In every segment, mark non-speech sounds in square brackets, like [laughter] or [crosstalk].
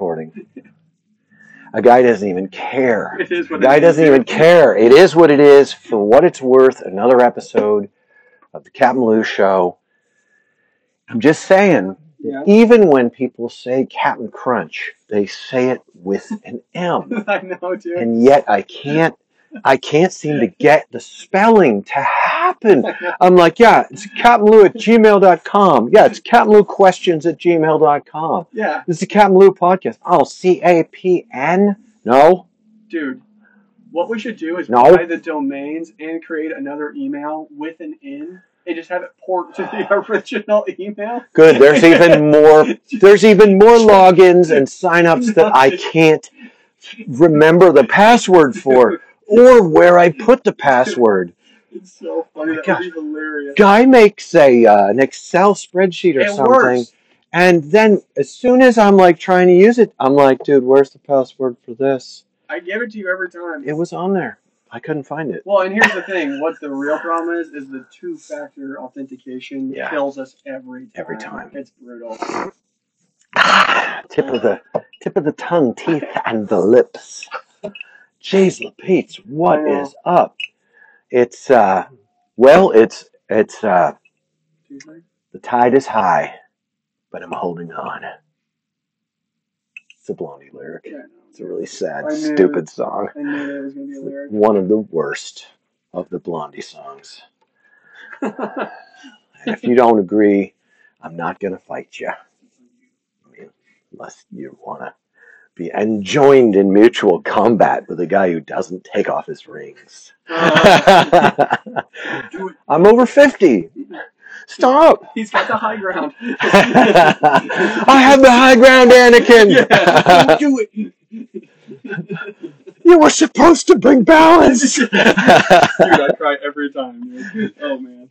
recording. A guy doesn't even care. It is The what it guy is. doesn't even care. It is what it is. For what it's worth, another episode of the Captain Lou Show. I'm just saying, [laughs] Yeah. [laughs] even when people say Captain Crunch, they say it with an M. I know, dude. And yet I can't I can't seem to get the spelling to happen. I know. I'm like, yeah, it's Captain Lou at gmail.com. Yeah, it's Captain Lou questions at gmail.com. [laughs] Yeah, This is the Captain Lou podcast. Oh, C A P N? No. dude. What we should do is No. buy the domains and create another email with an N and just have it port to [sighs] the original email. Good. There's even more there's even more logins and signups that I can't remember the password for or where I put the password. It's so funny. That Oh Gosh. would be hilarious. Guy makes a uh, an Excel spreadsheet or It something. works. And then as soon as I'm like trying to use it, I'm like, dude, where's the password for this? I give it to you every time. It was on there. I couldn't find it. Well, and here's the thing: what the real problem is is the two-factor authentication Yeah. kills us every time. Every time. It's [laughs] brutal. [sighs] tip of the tip of the tongue, teeth, and the lips. Jeez Pete's, what I know. is up? It's uh well it's it's uh the tide is high, but I'm holding on. It's a Blondie lyric. Yeah, It's a really sad, I knew- stupid song. I knew there was gonna be a lyric. One of the worst of the Blondie songs. [laughs] And if you don't agree, I'm not going to fight you. I mean, unless you want to be enjoined in mutual combat with a guy who doesn't take off his rings. [laughs] [laughs] Uh, do it. I'm over 50. Stop. He's got the high ground. [laughs] I [laughs] have the high ground, Anakin. yeah, [laughs] don't do it. You were supposed to bring balance. Dude, I cry every time. Dude. Oh man,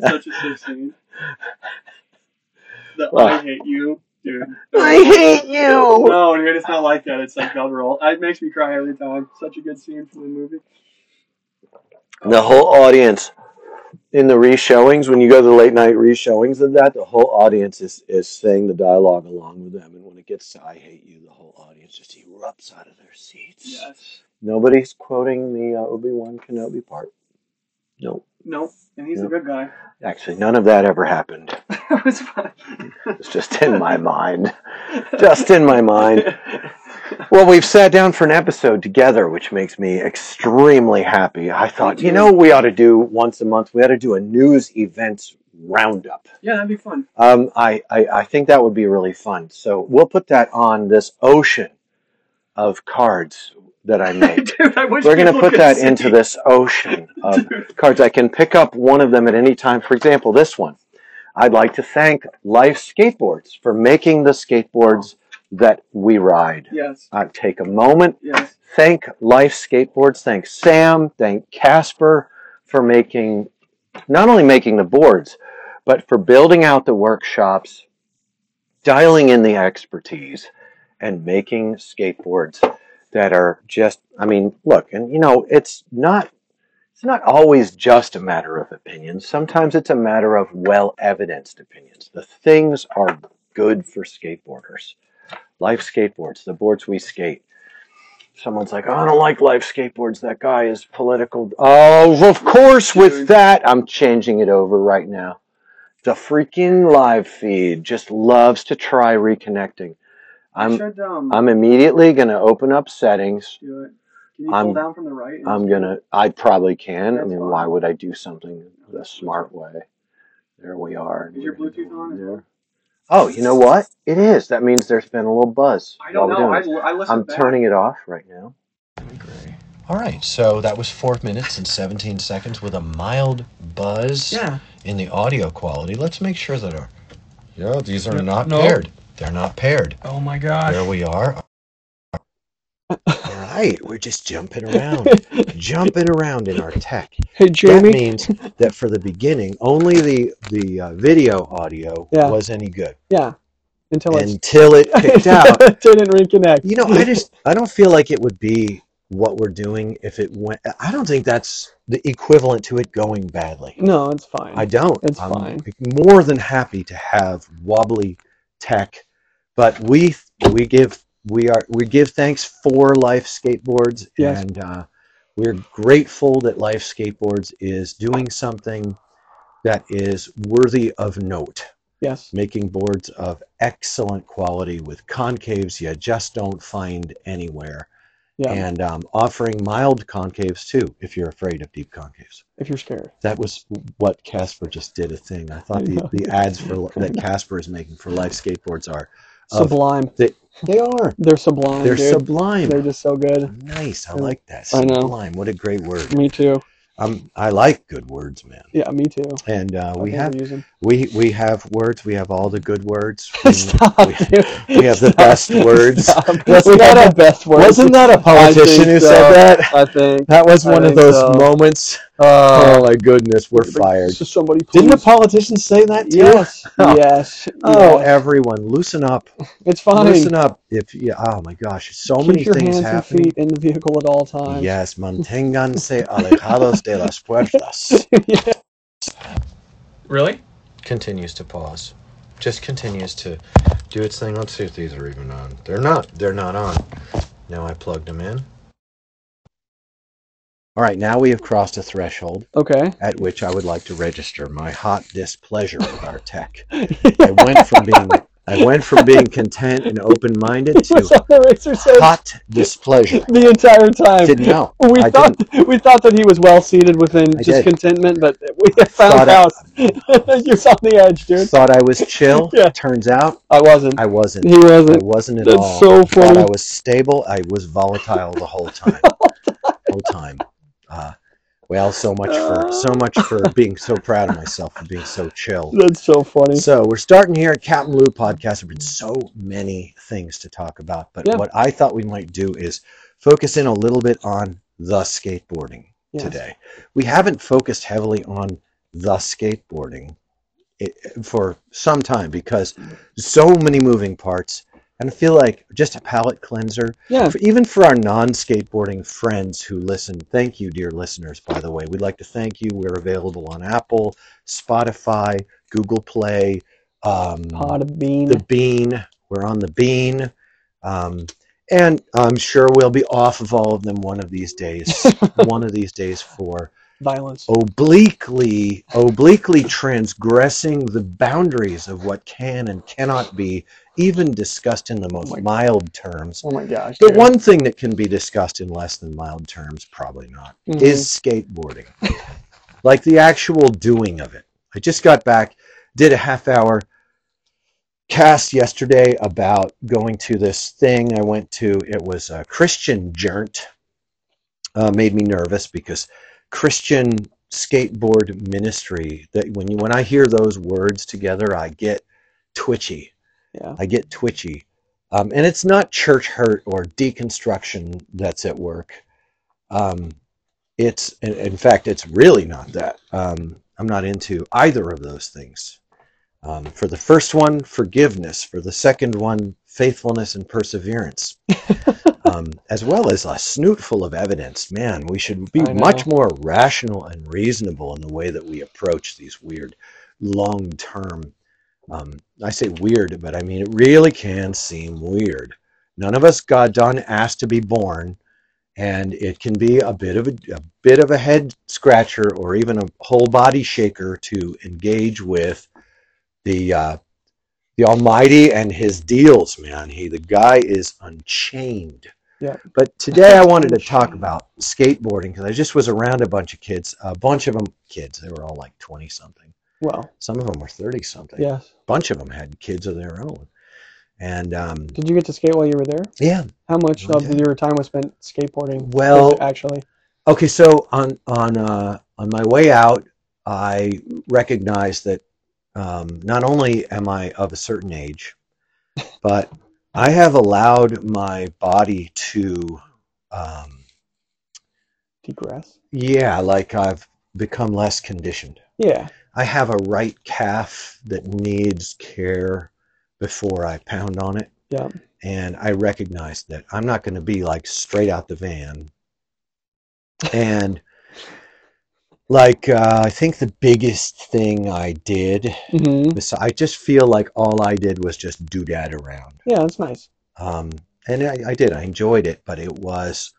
such a sick scene. The I hate you, dude. [laughs] I hate you. No, dude, it's not like that. It's like Bell Roll. It makes me cry every time. Such a good scene from the movie. the whole audience in the reshowings when you go to the late night reshowings of that the whole audience is is saying the dialogue along with them and when it gets to i hate you the whole audience just erupts out of their seats Yes. nobody's quoting the uh, obi-wan kenobi part no Nope. And he's a Yep. good guy. [laughs] actually none of that ever happened That was fun. it's just in my mind just in my mind well we've sat down for an episode together which makes me extremely happy i thought you know what we ought to do once a month we ought to do a news events roundup Yeah, that'd be fun. [laughs] Um, I, I, I think that would be really fun. So we'll put that on this ocean of cards that I made. Dude, I wish We're going to people put could that see. into this ocean of Dude, cards. I can pick up one of them at any time. For example, this one. I'd like to thank Life Skateboards for making the skateboards that we ride. Yes. I take a moment Yes. thank Life Skateboards, thank Sam, thank Casper for making not only making the boards, but for building out the workshops, dialing in the expertise, and making skateboards that are just I mean, look, and you know, it's not it's not always just a matter of opinion. Sometimes it's a matter of well evidenced opinions. The things are good for skateboarders. Life skateboards, the boards we skate someone's like, oh, I don't like live skateboards. That guy is political. Oh, of course, with Dude. that, I'm changing it over right now. The freaking live feed just loves to try reconnecting. You I'm should, um, I'm immediately gonna open up settings. do it. Can you I'm- pull down from the right? I'm gonna I probably can. I That's mean, fine. why would I do something the smart way? There we are. Is your Bluetooth on as well? Oh, you know what? It is. That means there's been a little buzz. I while don't we're know. doing I, it. I listen I'm back. turning it off right now. All right, so that was four minutes and 17 seconds with a mild buzz Yeah. in the audio quality. Let's make sure that our. Yeah, these are No- not no. paired. They're not paired. Oh my gosh. There we are. All right, we're just jumping [laughs] around, jumping around in our tech. Hey Jamie, That means that for the beginning, only the the uh, video audio Yeah. was any good yeah, until I [laughs] until it picked out. didn't reconnect. You know, I just I don't feel like it would be what we're doing if it went. I don't think that's the equivalent to it going badly. no, it's fine. I don't. It's I'm fine. More than happy to have wobbly tech, but we we give we are we give thanks for Life Skateboards, Yes. and uh, we're grateful that Life Skateboards is doing something that is worthy of note, Yes. making boards of excellent quality with concaves you just don't find anywhere, Yeah. and um, offering mild concaves too if you're afraid of deep concaves. if you're scared. That was what Casper just did a thing. I thought the, the ads [laughs] for that Casper is making for Life Skateboards are Of- Sublime. they are They're sublime. they're dude. sublime. They're just so good. Nice. I Yeah. like that. I know. Sublime. What a great word. Me too. Um, I like good words, man. Yeah, me too. And uh, we I've have never used them. we we have words. We have all the good words. [laughs] from- Stop, we- dude. we have the Stop. best words. [laughs] Stop. That's we not had a- the best words. Wasn't that a politician who think said so. that? I think. That was I one of think those so. moments. Uh, oh my goodness, we're like, fired. so somebody please. Didn't a politician say that too? Yes. [laughs] Oh. Yes. Oh, yes. everyone, loosen up, it's fine. loosen up. If you, oh my gosh, so Keep many your things hands happening. and feet in the vehicle at all times. [laughs] Yes, manténganse alejados de las [laughs] puertas. Yeah. Really? Continues to pause. Just continues to do its thing. Let's see if these are even on. They're not. They're not on. Now I plugged them in. All right, now we have crossed a threshold Okay. at which I would like to register my hot displeasure with our tech. [laughs] I went from being I went from being content and [laughs] open-minded He was to on the racer's head hot [laughs] displeasure. the entire time. Didn't know. We I thought we thought that he was well seated within I just did. contentment, but we found Thought I- out [laughs] you're on the edge, dude. Thought I was chill. [laughs] Yeah. Turns out I wasn't. I wasn't. he I wasn't. wasn't at That's all. so Thought funny. I was stable. I was volatile the whole [laughs] time. whole time. Uh, well, so much for Uh. so much for being so proud of myself for being so chill. That's so funny. So we're starting here at Captain Lou podcast. There've been so many things to talk about, but Yeah. what I thought we might do is focus in a little bit on the skateboarding Yes. today. We haven't focused heavily on the skateboarding it, for some time because so many moving parts. And I feel like just a palate cleanser, Yeah. for, even for our non skateboarding friends who listen. Thank you, dear listeners, by the way. We'd like to thank you. We're available on Apple, Spotify, Google Play, um, Pot of bean. The Bean. We're on The Bean. Um, and I'm sure we'll be off of all of them one of these days. [laughs] one of these days for Violence. Oh obliquely obliquely transgressing the boundaries of what can and cannot be even discussed in the most Oh my- mild terms Oh my gosh. the dude. one thing that can be discussed in less than mild terms probably not Mhm. is skateboarding like the actual doing of it i just got back did a half hour cast yesterday about going to this thing i went to it was a christian jert uh, made me nervous because Christian skateboard ministry that when you when I hear those words together I get twitchy Yeah. I get twitchy um, and it's not church hurt or deconstruction that's at work um, it's in, in fact it's really not that um, I'm not into either of those things um, for the first one forgiveness for the second one faithfulness and perseverance [laughs] um, as well as a snootful of evidence. Man, we should be I know. much more rational and reasonable in the way that we approach these weird long term. Um, I say weird, but I mean it really can seem weird. None of us got done asked to be born, and it can be a bit of a, a bit of a head scratcher or even a whole body shaker to engage with the uh, the Almighty and his deals, man. He the guy is unchained. Yeah. But today I wanted to talk about skateboarding because I just was around a bunch of kids, a bunch of them kids. They were all like twenty something. Well, Some of them were thirty something. yes. A bunch of them had kids of their own, and um, Did you get to skate while you were there? yeah. How much I of did. your time was spent skateboarding? Well, actually, Okay, so on on uh, on my way out, I recognized that um, not only am I of a certain age, but I have allowed my body to, um, degress. yeah, like I've become less conditioned. Yeah. I have a right calf that needs care before I pound on it. Yeah. And I recognize that I'm not going to be like straight out the van. And like, uh, I think the biggest thing I did, hmm Mm-hmm. bes- I just feel like all I did was just do that around. Yeah, that's nice. Um, and I, I did. I enjoyed it, but it was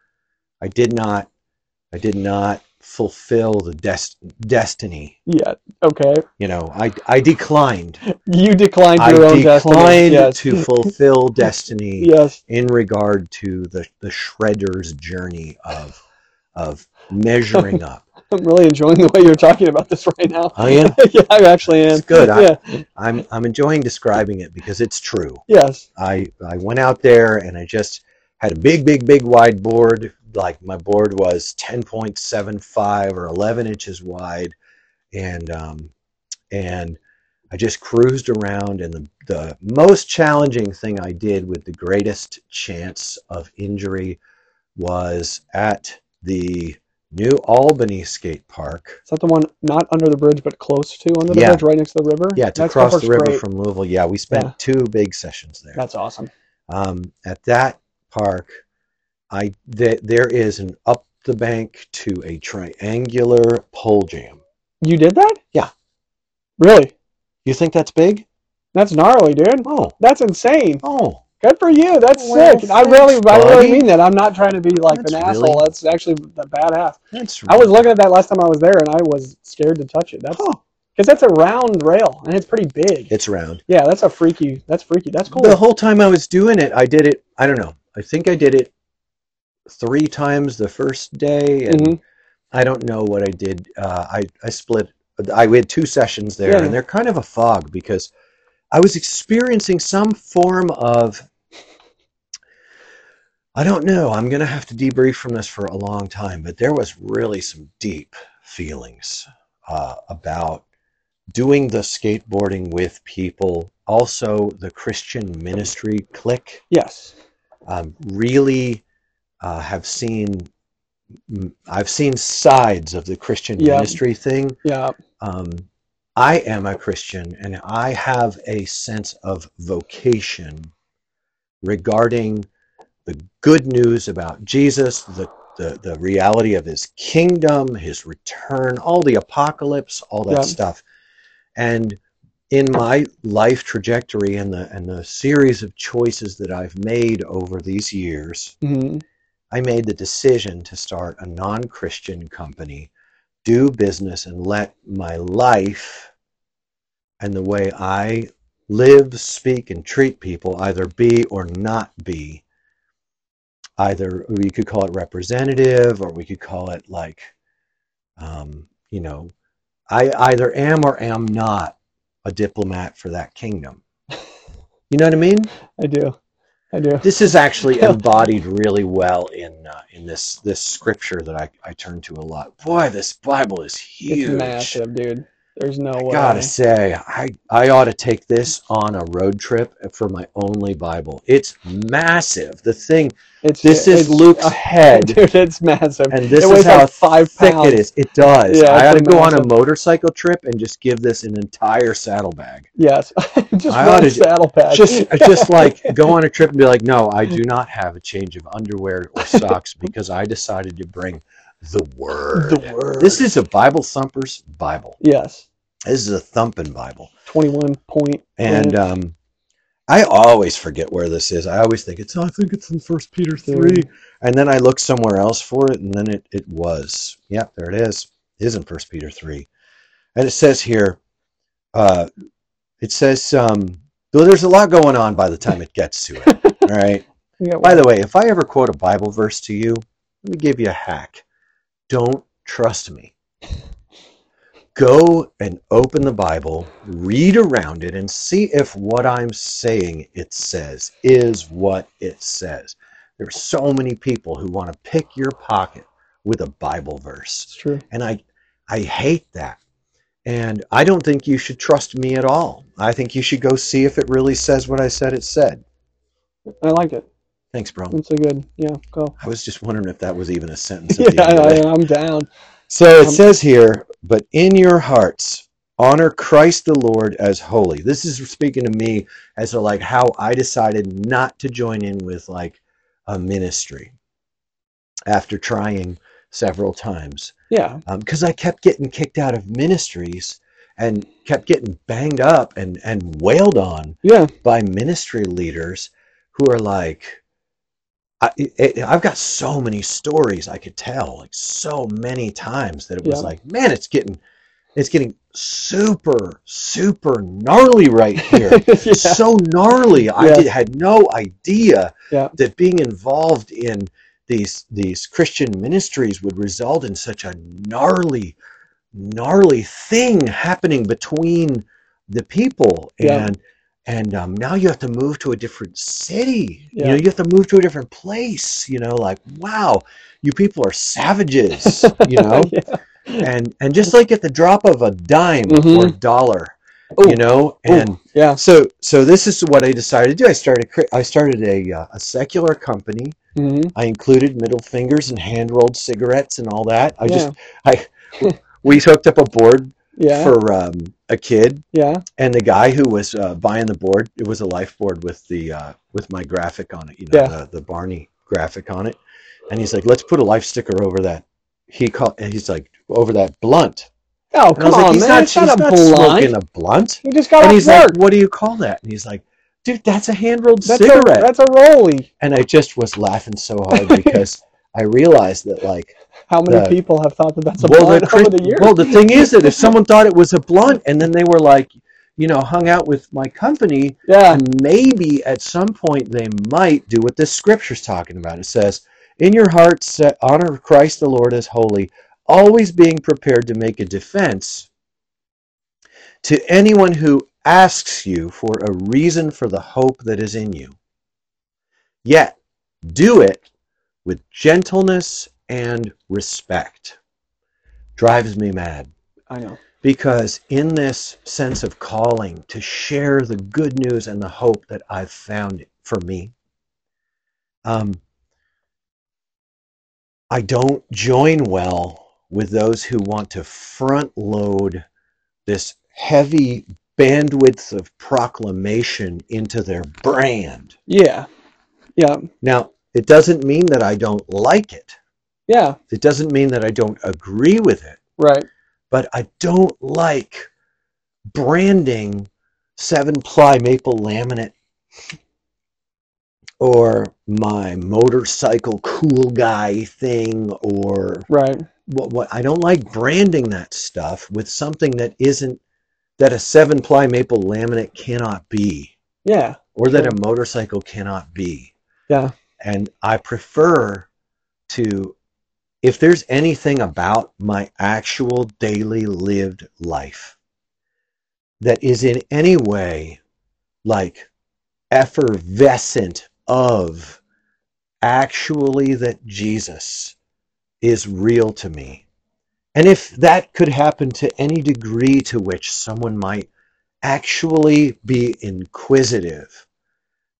I did not I did not fulfill the dest destiny. Yeah. Okay. You know, I I declined. You declined I your own destiny. declined Yes. [laughs] to fulfill destiny yes. in regard to the the shredder's journey of of [laughs] measuring up. I'm really enjoying the way you're talking about this right now. [laughs] Oh yeah, yeah, I actually am. it's good. I, Yeah. I'm I'm enjoying describing it because it's true. Yes. I I went out there and I just had a big, big, big wide board. Like my board was 10.75 or 11 inches wide, and um, and I just cruised around. And the the most challenging thing I did with the greatest chance of injury was at the New Albany skate park. Is that the one not under the bridge but close to under the Yeah. bridge, right next to the river? Yeah, to That cross park's the river great. from Louisville. Yeah, we spent Yeah. two big sessions there. That's awesome. um, at that park, I th- there is an up the bank to a triangular pole jam. You did that? Yeah. Really? You think that's big? That's gnarly, dude. Oh, That's insane. oh, Good for you. That's Well, sick. I really, thanks, I really buddy. mean that. I'm not trying to be like That's an really- asshole. That's actually the badass. that's. I was looking at that last time I was there, and I was scared to touch it. That's because Oh, that's a round rail, and it's pretty big. it's round. Yeah, that's a freaky. That's freaky. That's cool. The whole time I was doing it, I did it. I don't know. I think I did it three times the first day, and Mhm. I don't know what I did. Uh, I I split. I we had two sessions there, Yeah. and they're kind of a fog because I was experiencing some form of. I don't know. I'm gonna have to debrief from this for a long time, but there was really some deep feelings uh, about doing the skateboarding with people. Also, the Christian ministry clique Yes. um, really uh, have seen m- I've seen sides of the Christian Yeah. ministry thing. Yeah. Um, I am a Christian and I have a sense of vocation regarding the good news about Jesus, the, the, the reality of his kingdom, his return, all the apocalypse, all that Yeah. stuff. And in my life trajectory and the and the series of choices that I've made over these years, hmm I made the decision to start a non Christian company, do business, and let my life and the way I live, speak, and treat people either be or not be. Either we could call it representative or we could call it like, um, you know, I either am or am not a diplomat for that kingdom. You know what I mean? I do. I do. This is [laughs] actually embodied really well in uh, in this this scripture that I, I turn to a lot. Boy, this Bible is huge. It's massive, dude. There's no I way. gotta say, I I ought to take this on a road trip for my only Bible. It's massive. The thing. It's This is it's- [laughs] Luke's head, Dude, it's massive. and this it is weighs how like five thick pounds. it is. It does. Yeah, I ought to it's go on a massive. motorcycle trip and just give this an entire saddlebag. Yes, [laughs] just I one oughta- saddlebag. just just [laughs] like go on a trip and be like no i do not have a change of underwear [laughs] or socks because i decided to bring the word the word. this is a bible thumpers bible yes, this is a thumping bible twenty-one point. and um i always forget where this is i always think it's "Oh, i think it's in first peter 3 and then i look somewhere else for it and then it it was yep there it is it is in first peter 3 and it says here uh it says um though there's a lot going on by the time it gets to it all right by the way if i ever quote a bible verse to you let me give you a hack don't trust me go and open the bible read around it and see if what i'm saying it says is what it says there's so many people who want to pick your pocket with a bible verse it's true. and I I hate that. And I don't think you should trust me at all. I think you should go see if it really says what I said it said. I like it. Thanks, bro. It's so good. Yeah, go. I was just wondering if that was even a sentence. [laughs] At Yeah, the end of I, it. I'm down. So it Um, says here, but in your hearts honor Christ the Lord as holy. This is speaking to me as to like how I decided not to join in with like a ministry after trying several times. Yeah, because I kept getting kicked out of ministries and kept getting banged up and and wailed on yeah, by ministry leaders who are like, I, it, I've got so many stories I could tell, like so many times that it was Yeah. like, man, it's getting, it's getting super, super gnarly right here. [laughs] yeah. so gnarly. I Yes. did, had no idea Yeah. that being involved in these these Christian ministries would result in such a gnarly, gnarly thing happening between the people. Yeah. And and um, now you have to move to a different city. You Yeah. know, you have to move to a different place. You know, like wow, you people are savages. You [laughs] know, Yeah. and and just like at the drop of a dime Mhm. or a dollar, Ooh. you know, Ooh. and Oh, yeah. so, so this is what I decided to do. I started, cre- I started a, uh, a secular company. hmm I included middle fingers and hand rolled cigarettes and all that. I yeah. just, I, we hooked up a board yeah. for um, a kid, yeah. and the guy who was uh, buying the board, it was a life board with the, uh, with my graphic on it, you know, Yeah. the, the Barney graphic on it, and he's like, let's put a life sticker over that. He called, and he's like, over that blunt. Oh, And I come was like, on, he's man. not, it's not he's a not blunt. smoking a blunt We just got and off he's work. like, "What do you call that?" And he's like, "Dude, that's a hand rolled that's cigarette." a that's a rollie. and I just was laughing so [laughs] hard because I realized that, like, How many The- people have thought that that's a well, the blunt over Chris- the years? well, the thing is that if someone thought it was a blunt, and then they were like, you know, hung out with my company, yeah. and maybe at some point they might do what this scripture's talking about. It says, "In your heart, set, honor Christ the Lord as holy, always being prepared to make a defense to anyone who asks you for a reason for the hope that is in you. Yet do it with gentleness and respect." Drives me mad I know. because in this sense of calling to share the good news and the hope that I've found for me, um, I don't join well with those who want to front load this heavy bandwidth of proclamation into their brand. Yeah. Yeah. Now, it doesn't mean that I don't like it. Yeah. It doesn't mean that I don't agree with it. Right. but I don't like branding seven ply maple laminate or my motorcycle cool guy thing or Right. what, what I don't like branding that stuff with something that isn't that a seven ply maple laminate cannot be Yeah. or that Sure. a motorcycle cannot be. Yeah. And I prefer to if there's anything about my actual daily lived life that is in any way like effervescent of actually that Jesus is real to me. And if that could happen to any degree to which someone might actually be inquisitive,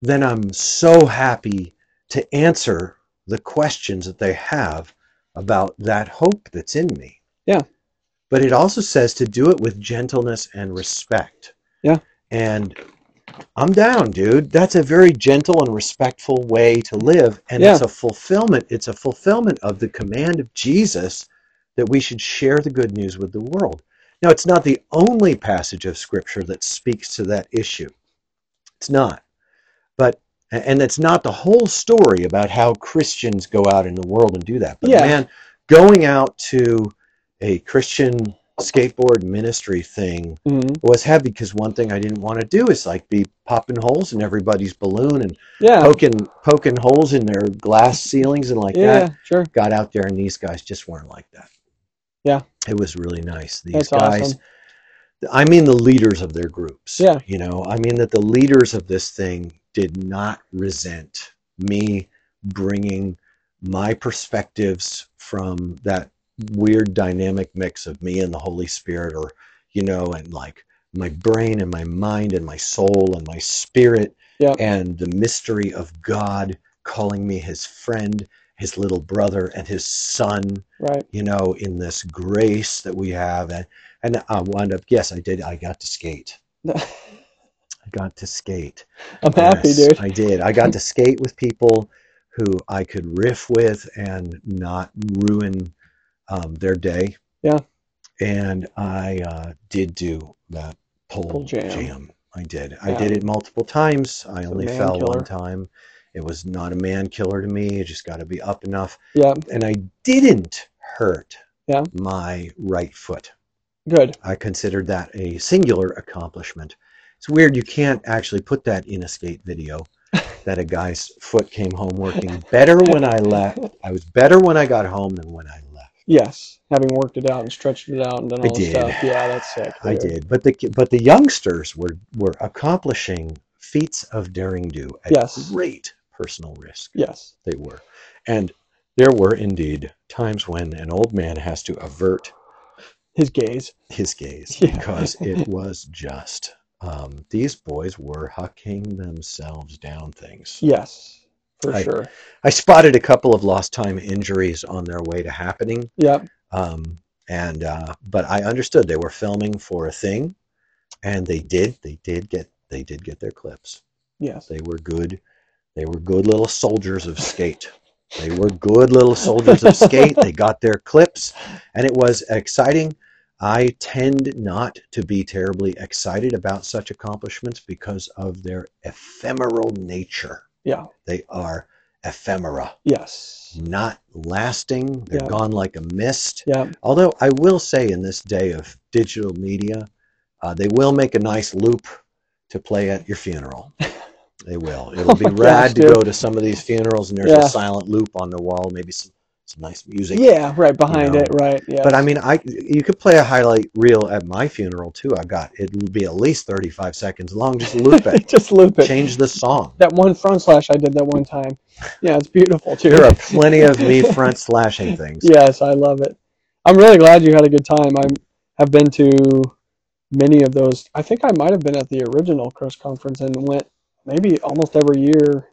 then I'm so happy to answer the questions that they have about that hope that's in me. Yeah. But it also says to do it with gentleness and respect. Yeah. And I'm down, dude. That's a very gentle and respectful way to live. And it's a fulfillment. It's a fulfillment of the command of Jesus that we should share the good news with the world. Now, it's not the only passage of Scripture that speaks to that issue. It's not. But and that's not the whole story about how Christians go out in the world and do that. But Yeah. man, going out to a Christian skateboard ministry thing hmm was heavy because one thing I didn't want to do is like be popping holes in everybody's balloon and Yeah. poking poking holes in their glass ceilings and like yeah. that. Sure. Got out there and these guys just weren't like that. Yeah. It was really nice. These That's guys awesome. I mean the leaders of their groups. Yeah. You know, I mean that the leaders of this thing did not resent me bringing my perspectives from that weird dynamic mix of me and the Holy Spirit, or, you know, and like my brain and my mind and my soul and my spirit Yep. and the mystery of God calling me his friend, his little brother, and his son Right. [laughs] you know, in this grace that we have. And, and I wound up, yes, I did. I got to skate. I'm I got to skate. happy, Yes, dude. I did. I got to skate with people who I could riff with and not ruin um, their day. Yeah. And I uh, did do that pole Pole jam. jam. I did. I Yeah. did it multiple times. I a only man fell killer. one time. It was not a man killer to me. It just got to be up enough. Yeah. And I didn't hurt Yeah. my right foot. Good. I considered that a singular accomplishment. It's weird you can't actually put that in a skate [laughs] video that a guy's foot came home working better when I left. I was better when I got home than when I left. Yes. Having worked it out and stretched it out and done I all the did. stuff. Yeah, that's sick. I dude. did, but the but the youngsters were were accomplishing feats of daring do at Yes. great personal risk. Yes. They were, and there were indeed times when an old man has to avert His gaze. his gaze Yeah. because it was just um, these boys were hucking themselves down things. Yes. For I- sure. I spotted a couple of lost time injuries on their way to happening. Yep. um, and uh, but I understood they were filming for a thing, and they did they did get they did get their clips. Yes. They were good. They were good little soldiers of skate. They were good little soldiers of skate. They got their clips, and it was exciting. I tend not to be terribly excited about such accomplishments because of their ephemeral nature. Yeah. They are ephemera, Yes. not lasting. They're Yeah. gone like a mist. Yep. Although I will say, in this day of digital media, uh, they will make a nice loop to play at your [laughs] funeral. They will. It'll be Oh my gosh, rad to dude. go to some of these funerals, and there's Yeah. a silent loop on the wall, maybe some, some nice music. Yeah. Right behind know, it. Right. Yeah. But I mean, I you could play a highlight reel at my funeral too. I got it'll be at least 35 seconds long. Just loop [laughs] it. just loop it. Change the [laughs] song. That one front slash I did that one time. Yeah, it's beautiful too. There are plenty of me front slashing things. [laughs] Yes, I love it. I'm really glad you had a good time. I have been to many of those. I think I might have been at the original Chris conference and went maybe almost every year,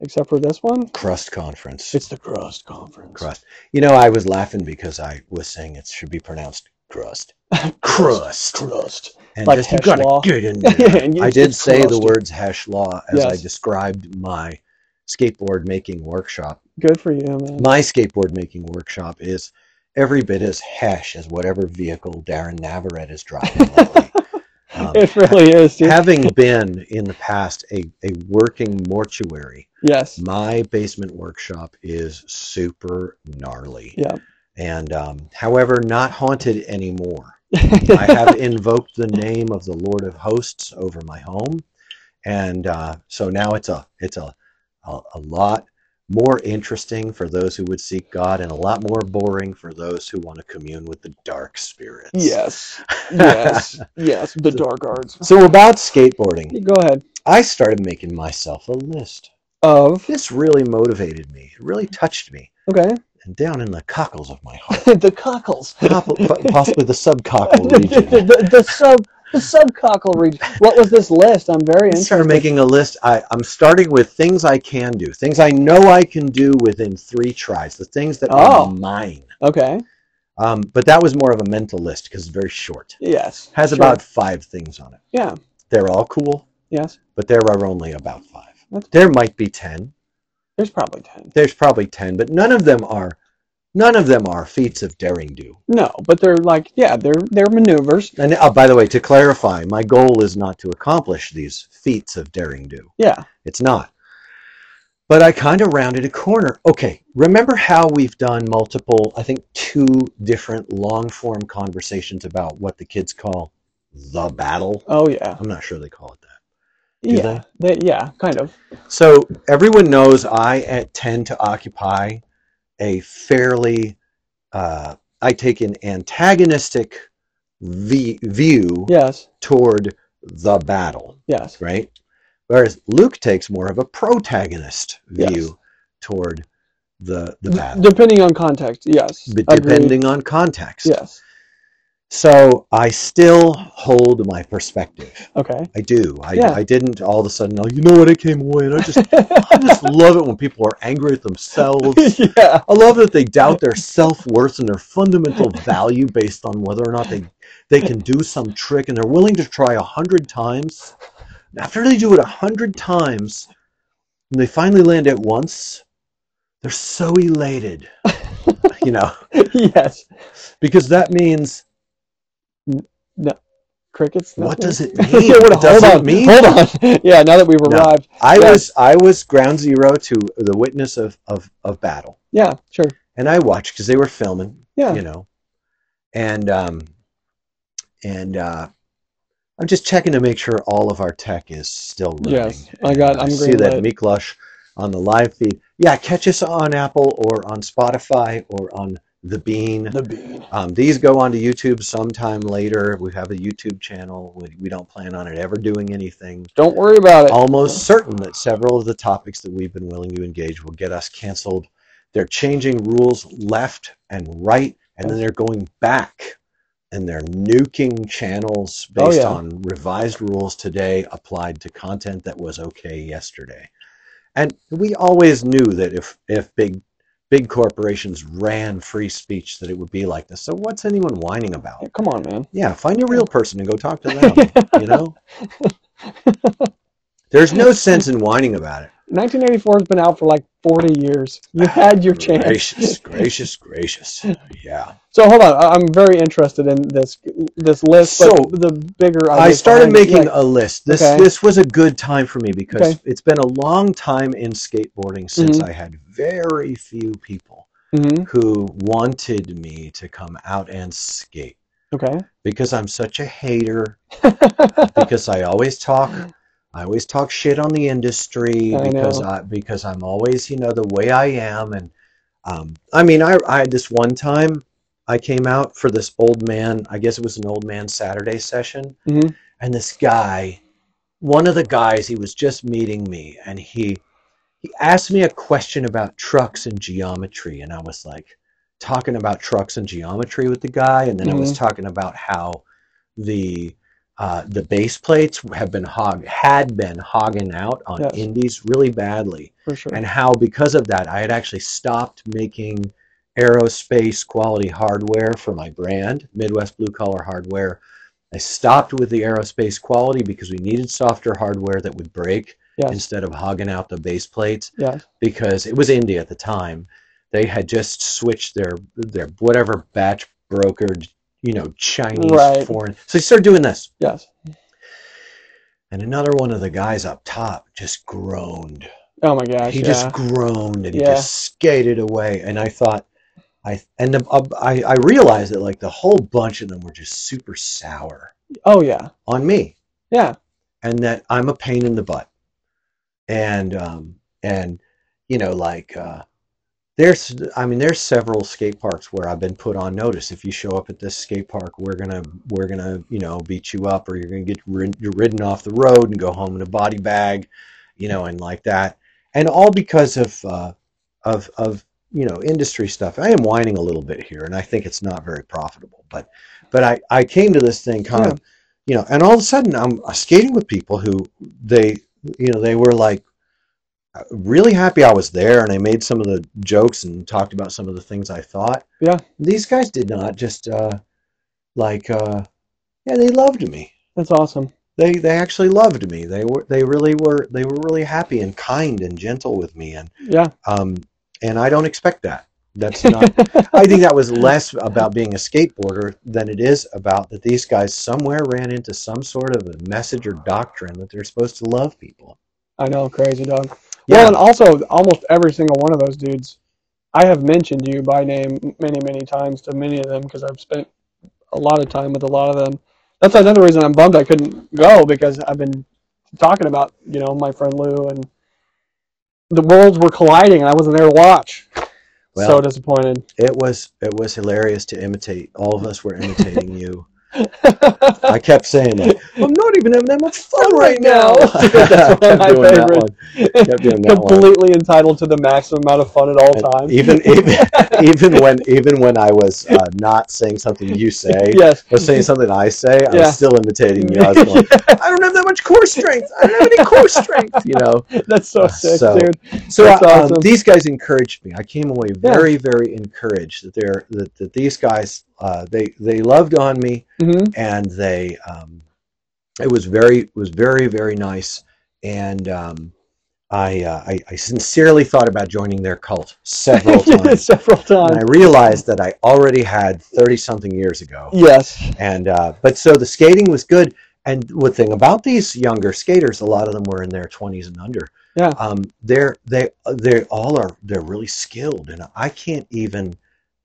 except for this one. Crust conference. It's the Crust conference. crust. You know, I was laughing because I was saying it should be pronounced crust. crust. [laughs] Crust. And Like just you hash gotta law. get [laughs] in Yeah, there. and you I just did get say the crusted. words hash law as I Yes. described my skateboard making workshop. Good for you, man. My skateboard making workshop is every bit as hash as whatever vehicle Darren Navarrete is driving [laughs] lately. Um, it really is, dude. having been in the past a, a working mortuary, yes. my basement workshop is super gnarly. Yeah. And um, however, not haunted anymore. I have invoked the name of the Lord of Hosts over my home, and uh, so now it's a it's a, a a lot more interesting for those who would seek God, and a lot more boring for those who want to commune with the dark spirits. yes. Yes. Yes. [laughs] The dark arts. So about skateboarding, Go ahead. I started making myself a list. Of. This really motivated me. It really touched me, Okay. and down in the cockles of my heart, [laughs] the cockles. pop- [laughs] possibly the subcockle [laughs] the, the, region. [laughs] the, the sub the subcockle region. What was this list? I'm very I interested. started making a list. I, I'm starting with things I can do, things I know I can do within three tries, the things that Oh. are mine. okay. Um, but that was more of a mental list because it's very short. Yes. Has Sure. about five things on it. yeah. They're all cool, Yes. but there are only about five. That's- There might be ten. There's probably ten. There's probably ten, but none of them are. None of them are feats of daring do. No, but they're like yeah, they're they're maneuvers. And oh, by the way, to clarify, my goal is not to accomplish these feats of daring do. Yeah. It's not. But I kind of rounded a corner. Okay, remember how we've done multiple, I think two different long form conversations about what the kids call the battle? Oh yeah. I'm not sure they call it that. Do Yeah. They, yeah. Kind of. So everyone knows I eh, tend to occupy a fairly, uh, I take an antagonistic v- view Yes. toward the battle. Yes. right? Whereas Luke takes more of a protagonist view Yes. toward the the D- battle, depending on context. Mm, Yes. but Agreed. depending on context. Yes. So I still hold my perspective. Okay. I do. I, Yeah. I didn't all of a sudden. Oh, you know what? I came away, and I just I just love it when people are angry at themselves. [laughs] yeah. I love that they doubt their self worth and their fundamental value based on whether or not they they can do some trick, and they're willing to try a hundred times. And After they do it a hundred times, and they finally land it once, they're so elated, you know, Yes. because that means No. crickets. What nothing. does it [laughs] Yeah, mean? what- What does hold it on, mean? Hold on. [laughs] Yeah, now that we've No. arrived. I Yeah. was I was ground zero to the witness of of, of battle, Yeah, sure. and I watched because they were filming, Yeah. you know, and um, and uh, I'm just checking to make sure all of our tech is still running. Yes, I got- And I'm I see that green-lit. Miklush on the live feed. Yeah, catch us on Apple or on Spotify or on the Bean. The bean. Um, these go onto YouTube sometime later. We have a YouTube channel. We, we don't plan on it ever doing anything. Don't worry about it. Almost certain that several of the topics that we've been willing to engage will get us canceled. They're changing rules left and right, and then they're going back and they're nuking channels Oh, based yeah. on revised rules today applied to content that was okay yesterday. And we always knew that if if big big corporations ran free speech, that it would be like this. So what's anyone whining about? Yeah, Come on, man. Yeah, find a real person and go talk [laughs] to them. you know, there's [laughs] no sense in whining about it. 1984 has been out for like 40 years. Ah, You had your chance. Gracious, gracious, gracious. [laughs] Yeah. So hold on, I- I'm very interested in this this list, So, but the bigger I ideas started behind it, making yeah. a list. This Okay. this was a good time for me because Okay. it's been a long time in skateboarding since Mhm. I had very few people Mhm. who wanted me to come out and skate because I'm such a hater mm-hmm. [laughs] Okay. because I always talk I always talk shit on the industry I because know. I because I'm always you know the way I am and um, I mean I I this one time I came out for this old man I guess it was an old man Saturday session Mhm. and this guy one of the guys he was just meeting me and he he asked me a question about trucks and geometry and I was like talking about trucks and geometry with the guy and then I was Mhm. talking about how the uh, the base plates have been hog had been hogging out on Yes. indies really badly for sure. and how because of that I had actually stopped making aerospace quality hardware for my brand Midwest Blue Collar Hardware I stopped with the aerospace quality because we needed softer hardware that would break Yes. instead of hogging out the base plates Yes. because it was India at the time. They had just switched their their whatever batch brokered, you know, Chinese Right. foreign. So they started doing this, Yes. and another one of the guys up top just groaned. Oh my gosh. he yeah. just groaned and he Yeah. just skated away. And I thought, I and the, uh, I I realized that like the whole bunch of them were just super sour oh yeah. on me. Yeah. and that I'm a pain in the butt. And um, and you know, like uh, there's, I mean, there's several skate parks where I've been put on notice. If you show up at this skate park, we're gonna we're gonna you know beat you up, or you're gonna get rid- you're ridden off the road and go home in a body bag, you know, and like that. And all because of uh, of of you know industry stuff. I am whining a little bit here, and I think it's not very profitable. But but I I came to this thing kind of you know, and all of a sudden I'm skating with people who they, you know, they were like uh, really happy I was there, and I made some of the jokes and talked about some of the things I thought. Yeah. these guys did not just uh, like, uh, yeah, they loved me. That's awesome. They they actually loved me. They were they really were they were really happy and kind and gentle with me, and Yeah. um, and I don't expect that. [laughs] That's not I think that was less about being a skateboarder than it is about that these guys somewhere ran into some sort of a message or doctrine that they're supposed to love people. [laughs] I know, crazy dog. Well, Yeah, and also almost every single one of those dudes, I have mentioned you by name many, many times to many of them because I've spent a lot of time with a lot of them. That's another reason I'm bummed I couldn't go because I've been talking about you know my friend Lou and the worlds were colliding and I wasn't there to watch. so Well- [laughs] disappointed. [laughs] it was it was hilarious to imitate. All of us were imitating you. I kept saying like, [laughs] "I'm not even having that much fun right now." [laughs] That's one of my favorites. Kept doing that one. completely entitled to the maximum amount of fun at all And times. [laughs] Even even even when even when I was uh, not saying something you say, yes. or saying something I say, I Yeah. was still imitating you. I was going, "I don't have that much core strength. I don't have any core strength." You know. [laughs] That's so Uh, sick, so- dude. So That's uh, um, awesome. these guys encouraged me. I came away Yeah. very, very encouraged that they're that, that these guys uh, they they loved on me hmm and they um, it was very it was very very nice and um, I, uh, I, I sincerely thought about joining their cult [laughs] several times. Several and I times. realized that I already had 30 something years ago. Yes. And, uh, but so the skating was good. And the thing about these younger skaters, a lot of them were in their 20s and under. Yeah. Um, they're, they, they all are, they're really skilled. And I can't even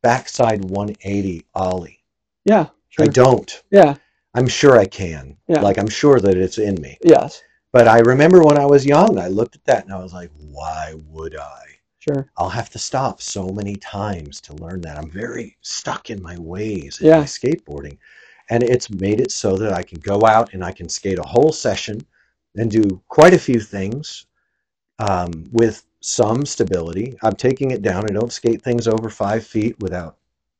backside 180 Ollie. Yeah. Sure. I don't. Yeah. I'm sure I can. Yeah. Like, I'm sure that it's in me. Yes. But I remember when I was young, I looked at that and I was like, why would I? Sure. I'll have to stop so many times to learn that. I'm very stuck in my ways in Yeah. my skateboarding. And it's made it so that I can go out and I can skate a whole session and do quite a few things um, with some stability. I'm taking it down. I don't skate things over five feet without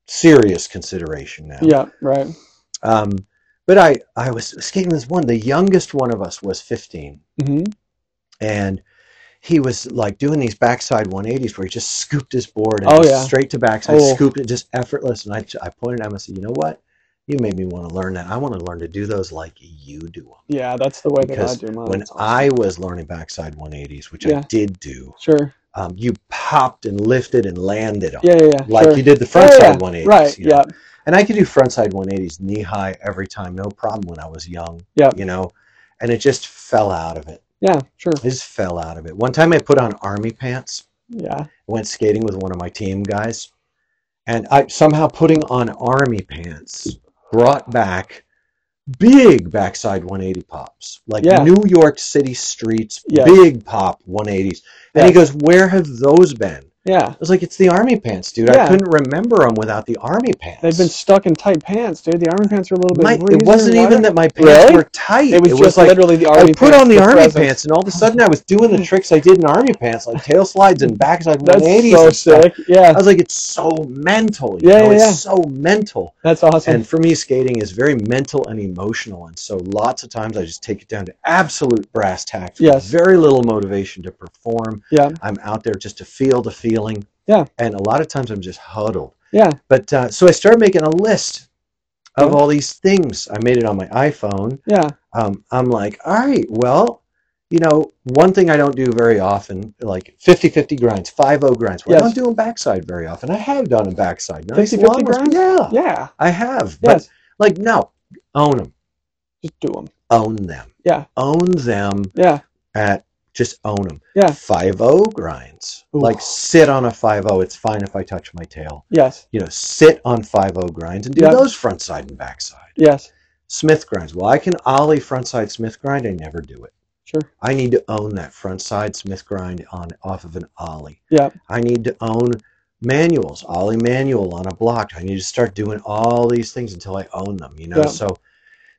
serious consideration now. Yeah. Right. Um, but I, I was skating this one. The youngest one of us was 15 hmm and he was like doing these backside 180s where he just scooped his board and Oh, just yeah. straight to backside, Oh. scooped it, just effortless. And I, I pointed at him and said, You know what? You made me want to learn that. I want to learn to do those like you do them. Yeah. That's the way Because that I do mine. when It's I awesome. was learning backside 180s, which I Yeah. did do, Sure. um, you popped and lifted and landed them Yeah. Yeah. yeah. like sure. you did the Yeah, frontside yeah, 180s. Right. you know? Yeah. And I could do frontside 180s knee high every time, no problem when I was young, Yeah. you know? And it just fell out of it. Yeah. Sure. I just fell out of it. One time I put on army pants, Yeah. went skating with one of my team guys, and I somehow putting on army pants brought back big backside 180 pops, like Yeah. New York City streets, Yes. big pop 180s. And he goes, Where have those been? Yeah. I was like, It's the army pants, dude. I Yeah. couldn't remember them without the army pants. They've been stuck in tight pants, dude. The army pants are a little bit. my, breezier it and wasn't even wider. that my pants Really? were tight. It was just like literally the I army. put pants on the for army presents. pants, and all of a sudden I was doing the tricks I did in army pants, like tail slides and backside That's 180s. so and stuff. sick. Yeah, I was like, it's so mental, you Yeah, know, yeah, it's yeah. so mental. that's awesome. And for me, skating is very mental and emotional, and so lots of times I just take it down to absolute brass tacks with Yes. very little motivation to perform. yeah, I'm out there just to feel the feeling. Yeah. And a lot of times I'm just huddled. yeah, But uh, so I started making a list of Yeah. all these things. I made it on my iPhone yeah, um, I'm like, all right, well, you know, one thing I don't do very often, like 50 50 grinds, 5 0 grinds, well, I Yes. don't do them backside very often. I have done them backside. Nice 50-50 long ones. grinds? Yeah, yeah. I have. Uh, But Yes, like, no, own them, just do them. own them, Yeah, own them yeah, at just own them. Yeah. 5 0 grinds. Ooh. Like, sit on a 5 0. It's fine if I touch my tail. yes, You know, sit on 5 0 grinds and do Yeah. those front side and backside. yes, Smith grinds. Well, I can Ollie frontside Smith grind. I never do it. sure. I need to own that front side Smith grind on off of an ollie. Yeah, I need to own manuals, ollie manual on a block. I need to start doing all these things until I own them. You know, Yeah. so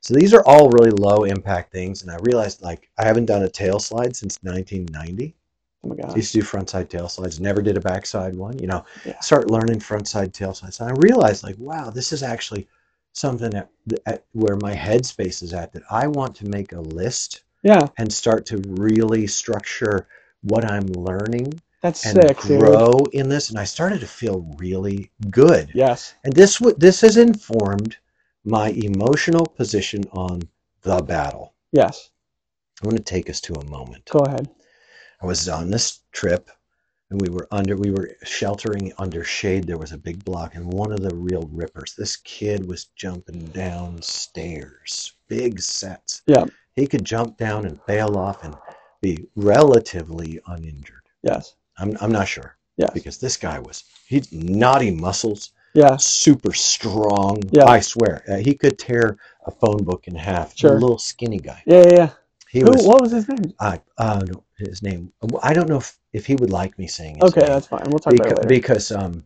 so these are all really low impact things. And I realized like I haven't done a tail slide since 1990. oh my I god, used to do front side tail slides. Never did a backside one. You know, Yeah. start learning front side tail slides. And I realized like wow, this is actually something that, that where my headspace is at that I want to make a list yeah, and start to really structure what I'm learning that's and sick, dude. grow in this. And I started to feel really good. Yes, And this w- this has informed my emotional position on the battle. yes. I want to take us to a moment. Go ahead. I was on this trip and we were under we were sheltering under shade. There was a big block and one of the real rippers. This kid was jumping down stairs, big sets. Yeah. He could jump down and bail off and be relatively uninjured. Yes, I'm I'm not sure. Yes. Because this guy was he naughty muscles, yeah, super strong. Yeah. I swear. uh, he could tear a phone book in half. Sure. little skinny guy. yeah, yeah. yeah. He Who? was What was his name? I uh, no, his name. I don't know if, if he would like me saying his Okay, name. that's fine. We'll talk Beca- about it later. because um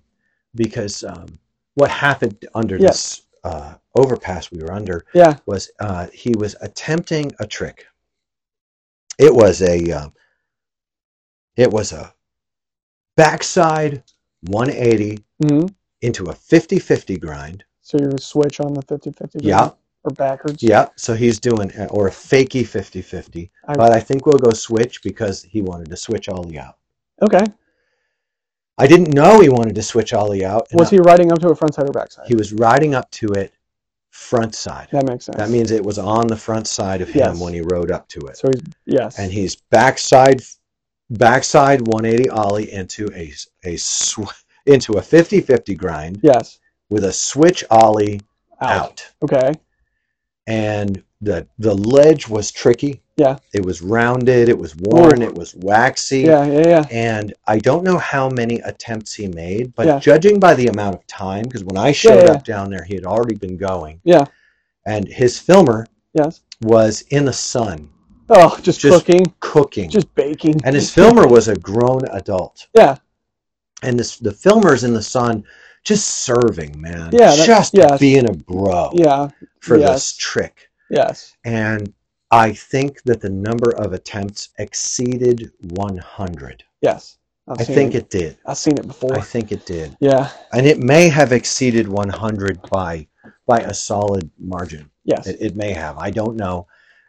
because um what happened under Yeah. this uh, overpass we were under Yeah, was uh, he was attempting a trick. It was a uh, it was a backside 180 hmm into a 50-50 grind. so you switch on the 50-50 Yeah, grind or backwards. yeah. So he's doing or a fakey 50-50. I- But I think we'll go switch because he wanted to switch Ollie out. Okay. I didn't know he wanted to switch Ollie out. and Was he riding up to a front side or backside? he was riding up to it front side. That makes sense. That means it was on the front side of him Yes. when he rode up to it. so he's yes. And he's backside backside 180 ollie into a a sw- into a 50-50 grind Yes. with a switch ollie Out. out. Okay. and the the ledge was tricky. Yeah. It was rounded, it was worn, Ooh. it was waxy. Yeah. Yeah. Yeah. And I don't know how many attempts he made, but Yeah. judging by the amount of time, because when I showed yeah. up down there, he had already been going. Yeah. And his filmer Yes. was in the sun Oh, just, Just- cooking, cooking. just baking. and his [laughs] filmer was a grown adult. Yeah. And this the filmer's in the sun just serving, man. Yeah, that- just yes. being a bro Yeah. for yes. this trick. Yes. and I think that the number of attempts exceeded 100. Yes. I've I seen think it did. I've seen it before. I think it did, yeah. and it may have exceeded 100 by by a solid margin. Yes. It, it may have. I don't know.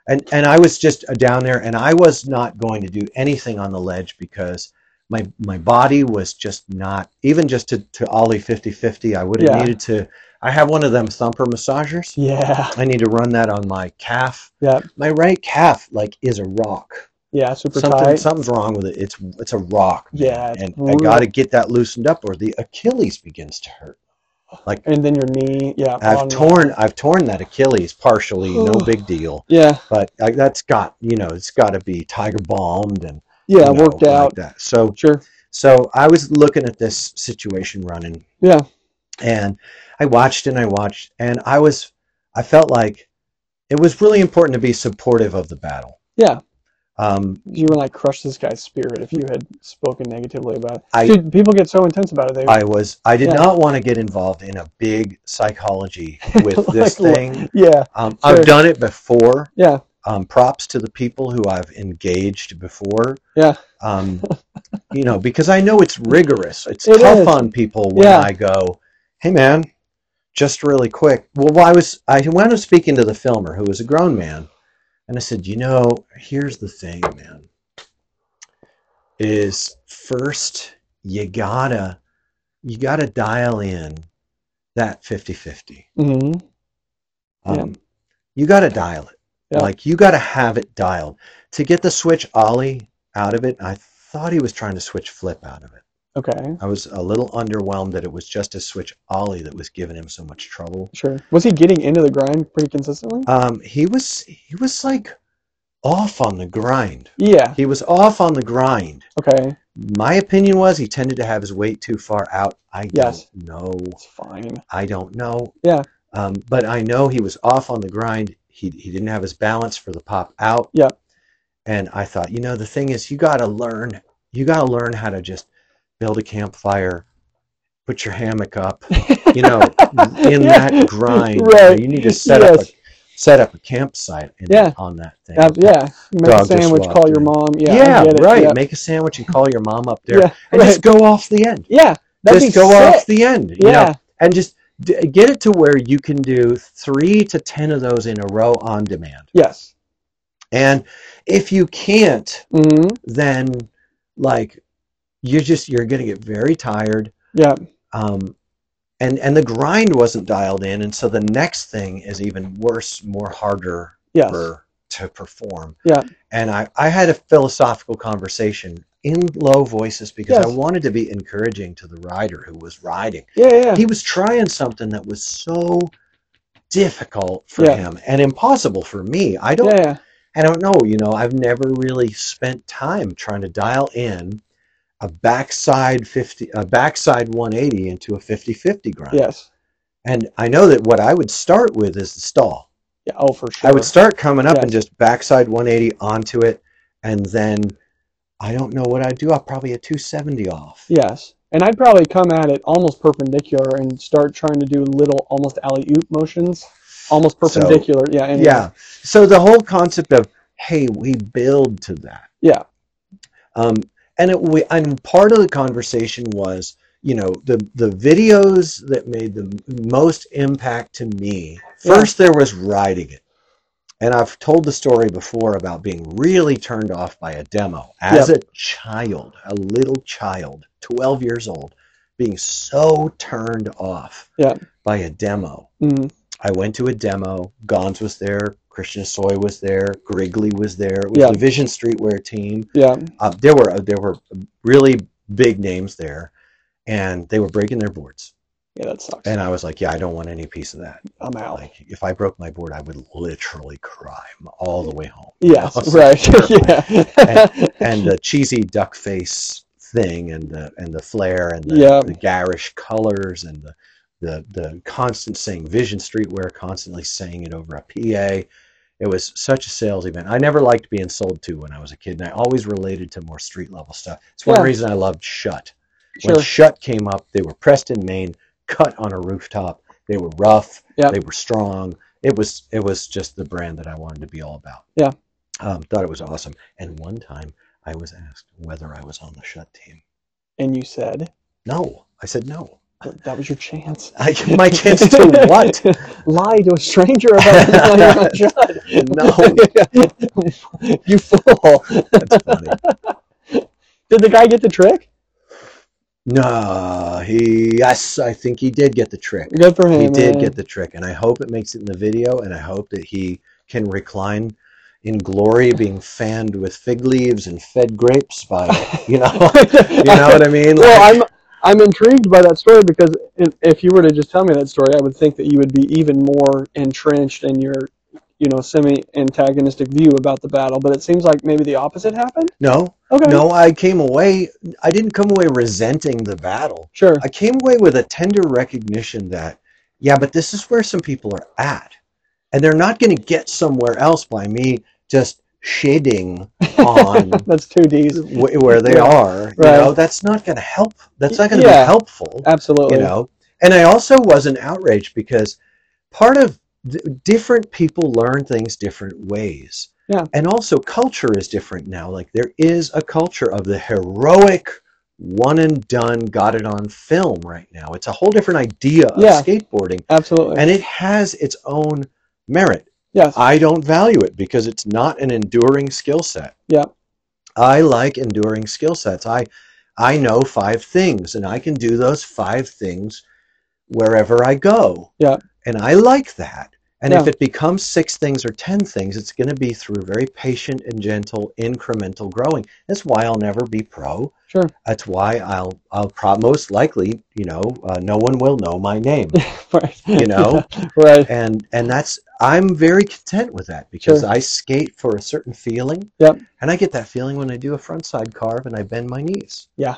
And and I was just uh, down there, and I was not going to do anything on the ledge because my my body was just not even just to to ollie 50-50. I would have Yeah. needed to. I have one of them thumper massagers. yeah. I need to run that on my calf. Yeah. My right calf like is a rock. Yeah. Super Something tight. something's wrong with it. It's it's a rock. man. Yeah, it's And I brutal. gotta get that loosened up or the Achilles begins to hurt. and then your knee. Yeah. I've on- torn I've torn that Achilles partially, no big deal. Yeah. But I, that's got you know, it's gotta be tiger balmed and Yeah. you know, worked out. like that. So Sure. So I was looking at this situation running. Yeah. And I watched and I watched and I was I felt like it was really important to be supportive of the battle. Yeah. Um, You would like crush this guy's spirit if you had spoken negatively about it. I- Dude, people get so intense about it. They I was I did Yeah. not want to get involved in a big psychology with this [laughs] Like, thing. yeah. Um, sure. I've done it before. Yeah. Um, props to the people who I've engaged before. Yeah. [laughs] Um, you know, because I know it's rigorous. It's It tough is. on people when Yeah. I go, "Hey, man, just really quick." Well, I was I wound up speaking to the filmer, who was a grown man, and I said, "You know, here's the thing, man. Is first you gotta you gotta dial in that 50-50. hmm Um, Yeah. You got to dial it. Yeah. Like you got to have it dialed to get the switch ollie out of it. I thought he was trying to switch flip out of it. Okay. I was a little underwhelmed that it was just a switch ollie that was giving him so much trouble. Sure. Was he getting into the grind pretty consistently? Um, he was he was like off on the grind. yeah. He was off on the grind. Okay. My opinion was he tended to have his weight too far out. I Yes. don't know It's fine. I don't know. Yeah. Um, but I know he was off on the grind. He, he didn't have his balance for the pop out. Yeah. And I thought, you know, the thing is, you got to learn. You got to learn how to just build a campfire, put your hammock up. You [laughs] know, in Yeah. that grind, you, know, [laughs] Right. you need to set up Yes. a set up a campsite in, Yeah. on that thing. Uh, yeah. Make a Dog just sandwich, walked call your in. mom. Yeah. I Yeah, get it. right. Yeah. Make a sandwich and call your mom up there, Yeah. and right. just go off the end. yeah. That'd just be go sick. off the end. you know, yeah. and just d- get it to where you can do three to ten of those in a row on demand. Yes. And if you can't, hmm then like you're just you're gonna get very tired. Yeah. Um, and and the grind wasn't dialed in, and so the next thing is even worse, more harder Yes. for to perform. Yeah. And I I had a philosophical conversation in low voices because I Yes. wanted to be encouraging to the rider who was riding Yeah. Yeah. he was trying something that was so difficult for Yeah. him and impossible for me. I Yeah. don't yeah. I don't know, you know, I've never really spent time trying to dial in a backside 50 a backside 180 into a 50-50 grind. Yes. And I know that what I would start with is the stall. Yeah. Oh, for sure. I would start coming up Yes. and just backside 180 onto it and then I don't know what I'd do. I'll probably a 270 off. Yes. And I'd probably come at it almost perpendicular and start trying to do little almost alley oop motions, almost So- perpendicular. yeah. Anyway. Yeah. So the whole concept of hey, we build to that. Yeah. Um, and it we, and part of the conversation was, you know, the the videos that made the most impact to me. Yeah. First, there was riding it, and I've told the story before about being really turned off by a demo as a child, a little child, twelve years old, being so turned off Yeah. by a demo. Mhm. I went to a demo. Gons was there. Christian Soy was there. Grigley was there. It was Yeah. the Vision Streetwear team. Yeah. Uh, there were there were really big names there, and they were breaking their boards. Yeah, that sucks. And I was like, yeah, I don't want any piece of that. I'm out. Like, if I broke my board, I would literally cry all the way home. [laughs] you yeah, know? So- right. [laughs] yeah. Oh, and uh, [laughs] the cheesy duck face thing and the and the flair and the, Yeah. the garish colors and the, the the constant saying vision streetwear constantly saying it over a pa it was such a sales event i never liked being sold to when i was a kid and i always related to more street level stuff it's one Yeah. reason i loved shut when sure. shut came up they were pressed in maine cut on a rooftop they were rough Yep. they were strong it was it was just the brand that i wanted to be all about Yeah. um, thought it was awesome and one time i was asked whether i was on the shut team And you said no i said no [laughs] that was your chance. I, [laughs] my chance [laughs] to what Lie to a stranger about being on [laughs] your own shot. [laughs] you fool. that's funny Did the guy get the trick? no he yes i think he did get the trick Good for him. he did man. get the trick and i hope it makes it in the video and i hope that he can recline in glory being fanned with fig leaves and fed grapes by you [laughs] know you know what i mean Like, well, I'm I'm intrigued by that story because if, if you were to just tell me that story, I would think that you would be even more entrenched in your, you know, semi-antagonistic view about the battle. But it seems like maybe the opposite happened. no Okay, no i came away i didn't come away resenting the battle sure, i came away with a tender recognition that yeah but this is where some people are at and they're not going to get somewhere else by me just [laughs] shading on that's two D's. wh- where they Yeah. are you Right. know that's not going to help that's not going to Yeah. be helpful Absolutely. you know and i also wasn't outraged because part of th- different people learn things different ways Yeah. and also culture is different now like there is a culture of the heroic one and done got it on film right now it's a whole different idea of Yeah. skateboarding Absolutely. and it has its own merit yes. i don't value it because it's not an enduring skill set Yeah. i like enduring skill sets i i know five things and i can do those five things wherever I go. Yeah. And I like that. And if Yeah. it becomes six things or 10 things, it's going to be through very patient and gentle incremental growing. That's why I'll never be pro. [laughs] Sure. That's why I'll, I'll prob- most likely, you know, uh, no one will know my name. right. You know? Yeah. [laughs] Right. and, and that's, I'm very content with that because Sure. I skate for a certain feeling. Yep. And I get that feeling when I do a front side carve and I bend my knees. Yeah.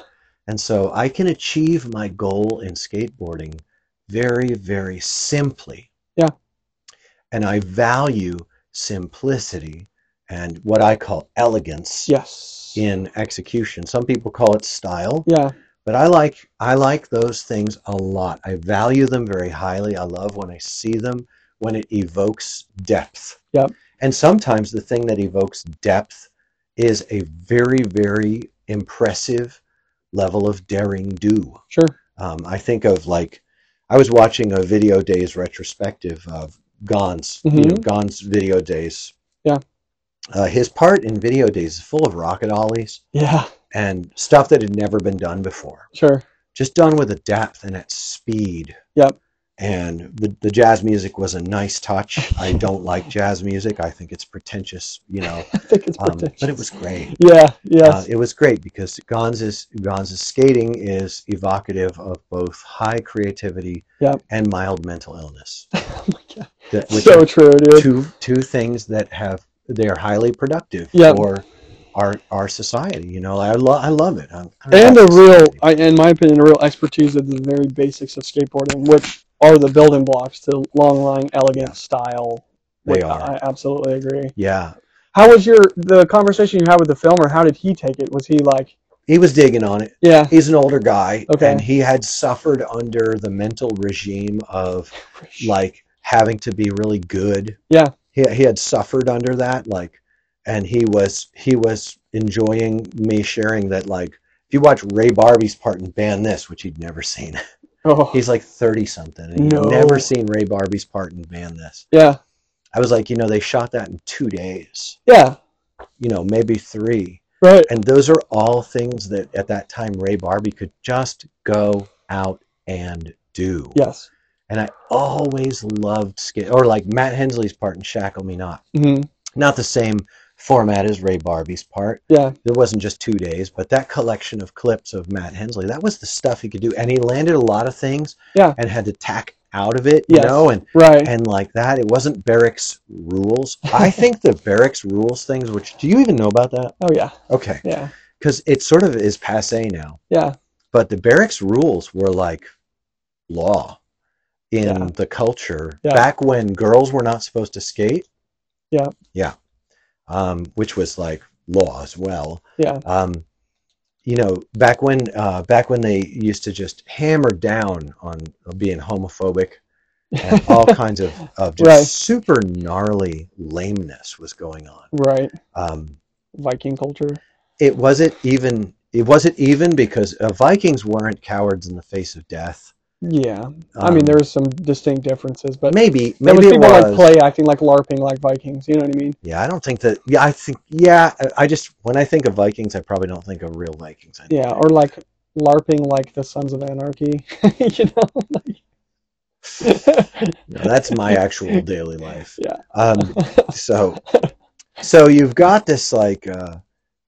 And so I can achieve my goal in skateboarding very, very simply. Yeah. And I value simplicity and what I call elegance Yes. in execution. Some people call it style, Yeah. but I like I like those things a lot. I value them very highly. I love when I see them when it evokes depth. Yep. And sometimes the thing that evokes depth is a very very impressive level of daring do. Sure. Um, I think of like I was watching a video days retrospective of Gon's, you know, Gon's video days. Mm-hmm. Yeah. Uh, his part in video days is full of rocket ollies Yeah. and stuff that had never been done before. Sure. Just done with a depth and at speed. Yep. [laughs] And the, the jazz music was a nice touch. [laughs] I don't like jazz music. I think it's pretentious, you know, I think it's um, pretentious. but it was great. Yeah. Uh, Yes. it was great because Gonz's Gonz's skating is evocative of both high creativity Yep. and mild mental illness, [laughs] oh my God. that, which So are true, dude. two two things that have they are highly productive Yep. for our our society. You know, I love I love it. I'm, I'm and a about real, society. I, in my opinion, a real expertise of the very basics of skateboarding, which are the building blocks to long line, elegant Yeah. style. They Which are. I absolutely agree. yeah, How was your the conversation you had with the filmer? How did he take it? Was he like, he was digging on it. yeah, He's an older guy, Okay. and he had suffered under the mental regime of like having to be really good. Yeah. He he had suffered under that like and he was he was enjoying me sharing that like if you watch Ray Barbie's part in Ban This, which he'd never seen. [laughs] oh, He's like 30 something and he'd No. never seen Ray Barbie's part in Ban This. yeah, I was like, you know, they shot that in 2 days. yeah, You know, maybe 3. right, And those are all things that at that time Ray Barbie could just go out and do yes, And I always loved skit or like Matt Hensley's part in Shackle Me Not. hmm Not the same format as Ray Barbie's part. Yeah. It wasn't just two days, but that collection of clips of Matt Hensley, that was the stuff he could do. And he landed a lot of things Yeah. and had to tack out of it, you Yes. know, and Right. and like that. It wasn't barracks rules. [laughs] I think the barracks rules things, which do you even know about that? Oh yeah. Okay, Yeah. because it sort of is passe now. Yeah. But the barracks rules were like law in Yeah. the culture Yeah. back when girls were not supposed to skate. Yeah. Yeah. Um, which was like law as well. Yeah. Um, you know, back when uh, back when they used to just hammer down on being homophobic and [laughs] all kinds of, of just Right. super gnarly lameness was going on. right. Um, Viking culture. it wasn't even it wasn't even because uh, Vikings weren't cowards in the face of death. Yeah. I mean, Um, there was some distinct differences, but maybe there maybe was it people was. like play acting, like LARPing, like Vikings. You know what I mean? Yeah, I don't think that. Yeah, I think. Yeah, I, I just when I think of Vikings, I probably don't think of real Vikings. I Yeah, or like LARPing, like the Sons of Anarchy. [laughs] you know? Like- [laughs] No, that's my actual daily life. Yeah. [laughs] Um, so, so you've got this like uh,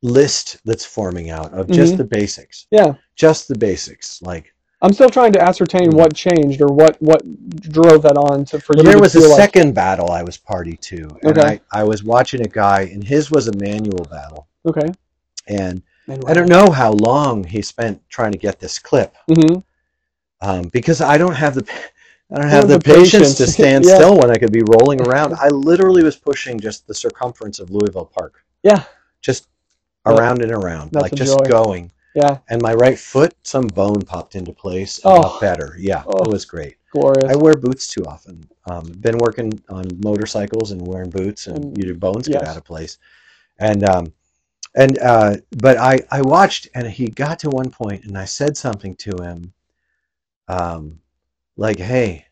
list that's forming out of just Mhm. the basics, yeah, just the basics. Like, I'm still trying to ascertain what changed or what what drove that on to for well, you. there to was a feel like- second battle I was party to, and Okay. I I was watching a guy, and his was a manual battle, okay. and I don't know how long he spent trying to get this clip. hmm um, because I don't have the [laughs] I don't You have have the, the patience to patience. stand [laughs] Yeah. still when I could be rolling around. I literally was pushing just the circumference of Louisville Park, Yeah. just Yeah. around and around, That's like a just joy. going. Yeah. And my right foot, some bone popped into place and Oh. got better. Yeah, it Oh. was great. Glorious. I wear boots too often. Um, been working on motorcycles and wearing boots, and, And- your bones get Mm. yes. out of place. And um, and uh, but I I watched, and he got to one point, and I said something to him, um, like, "Hey,"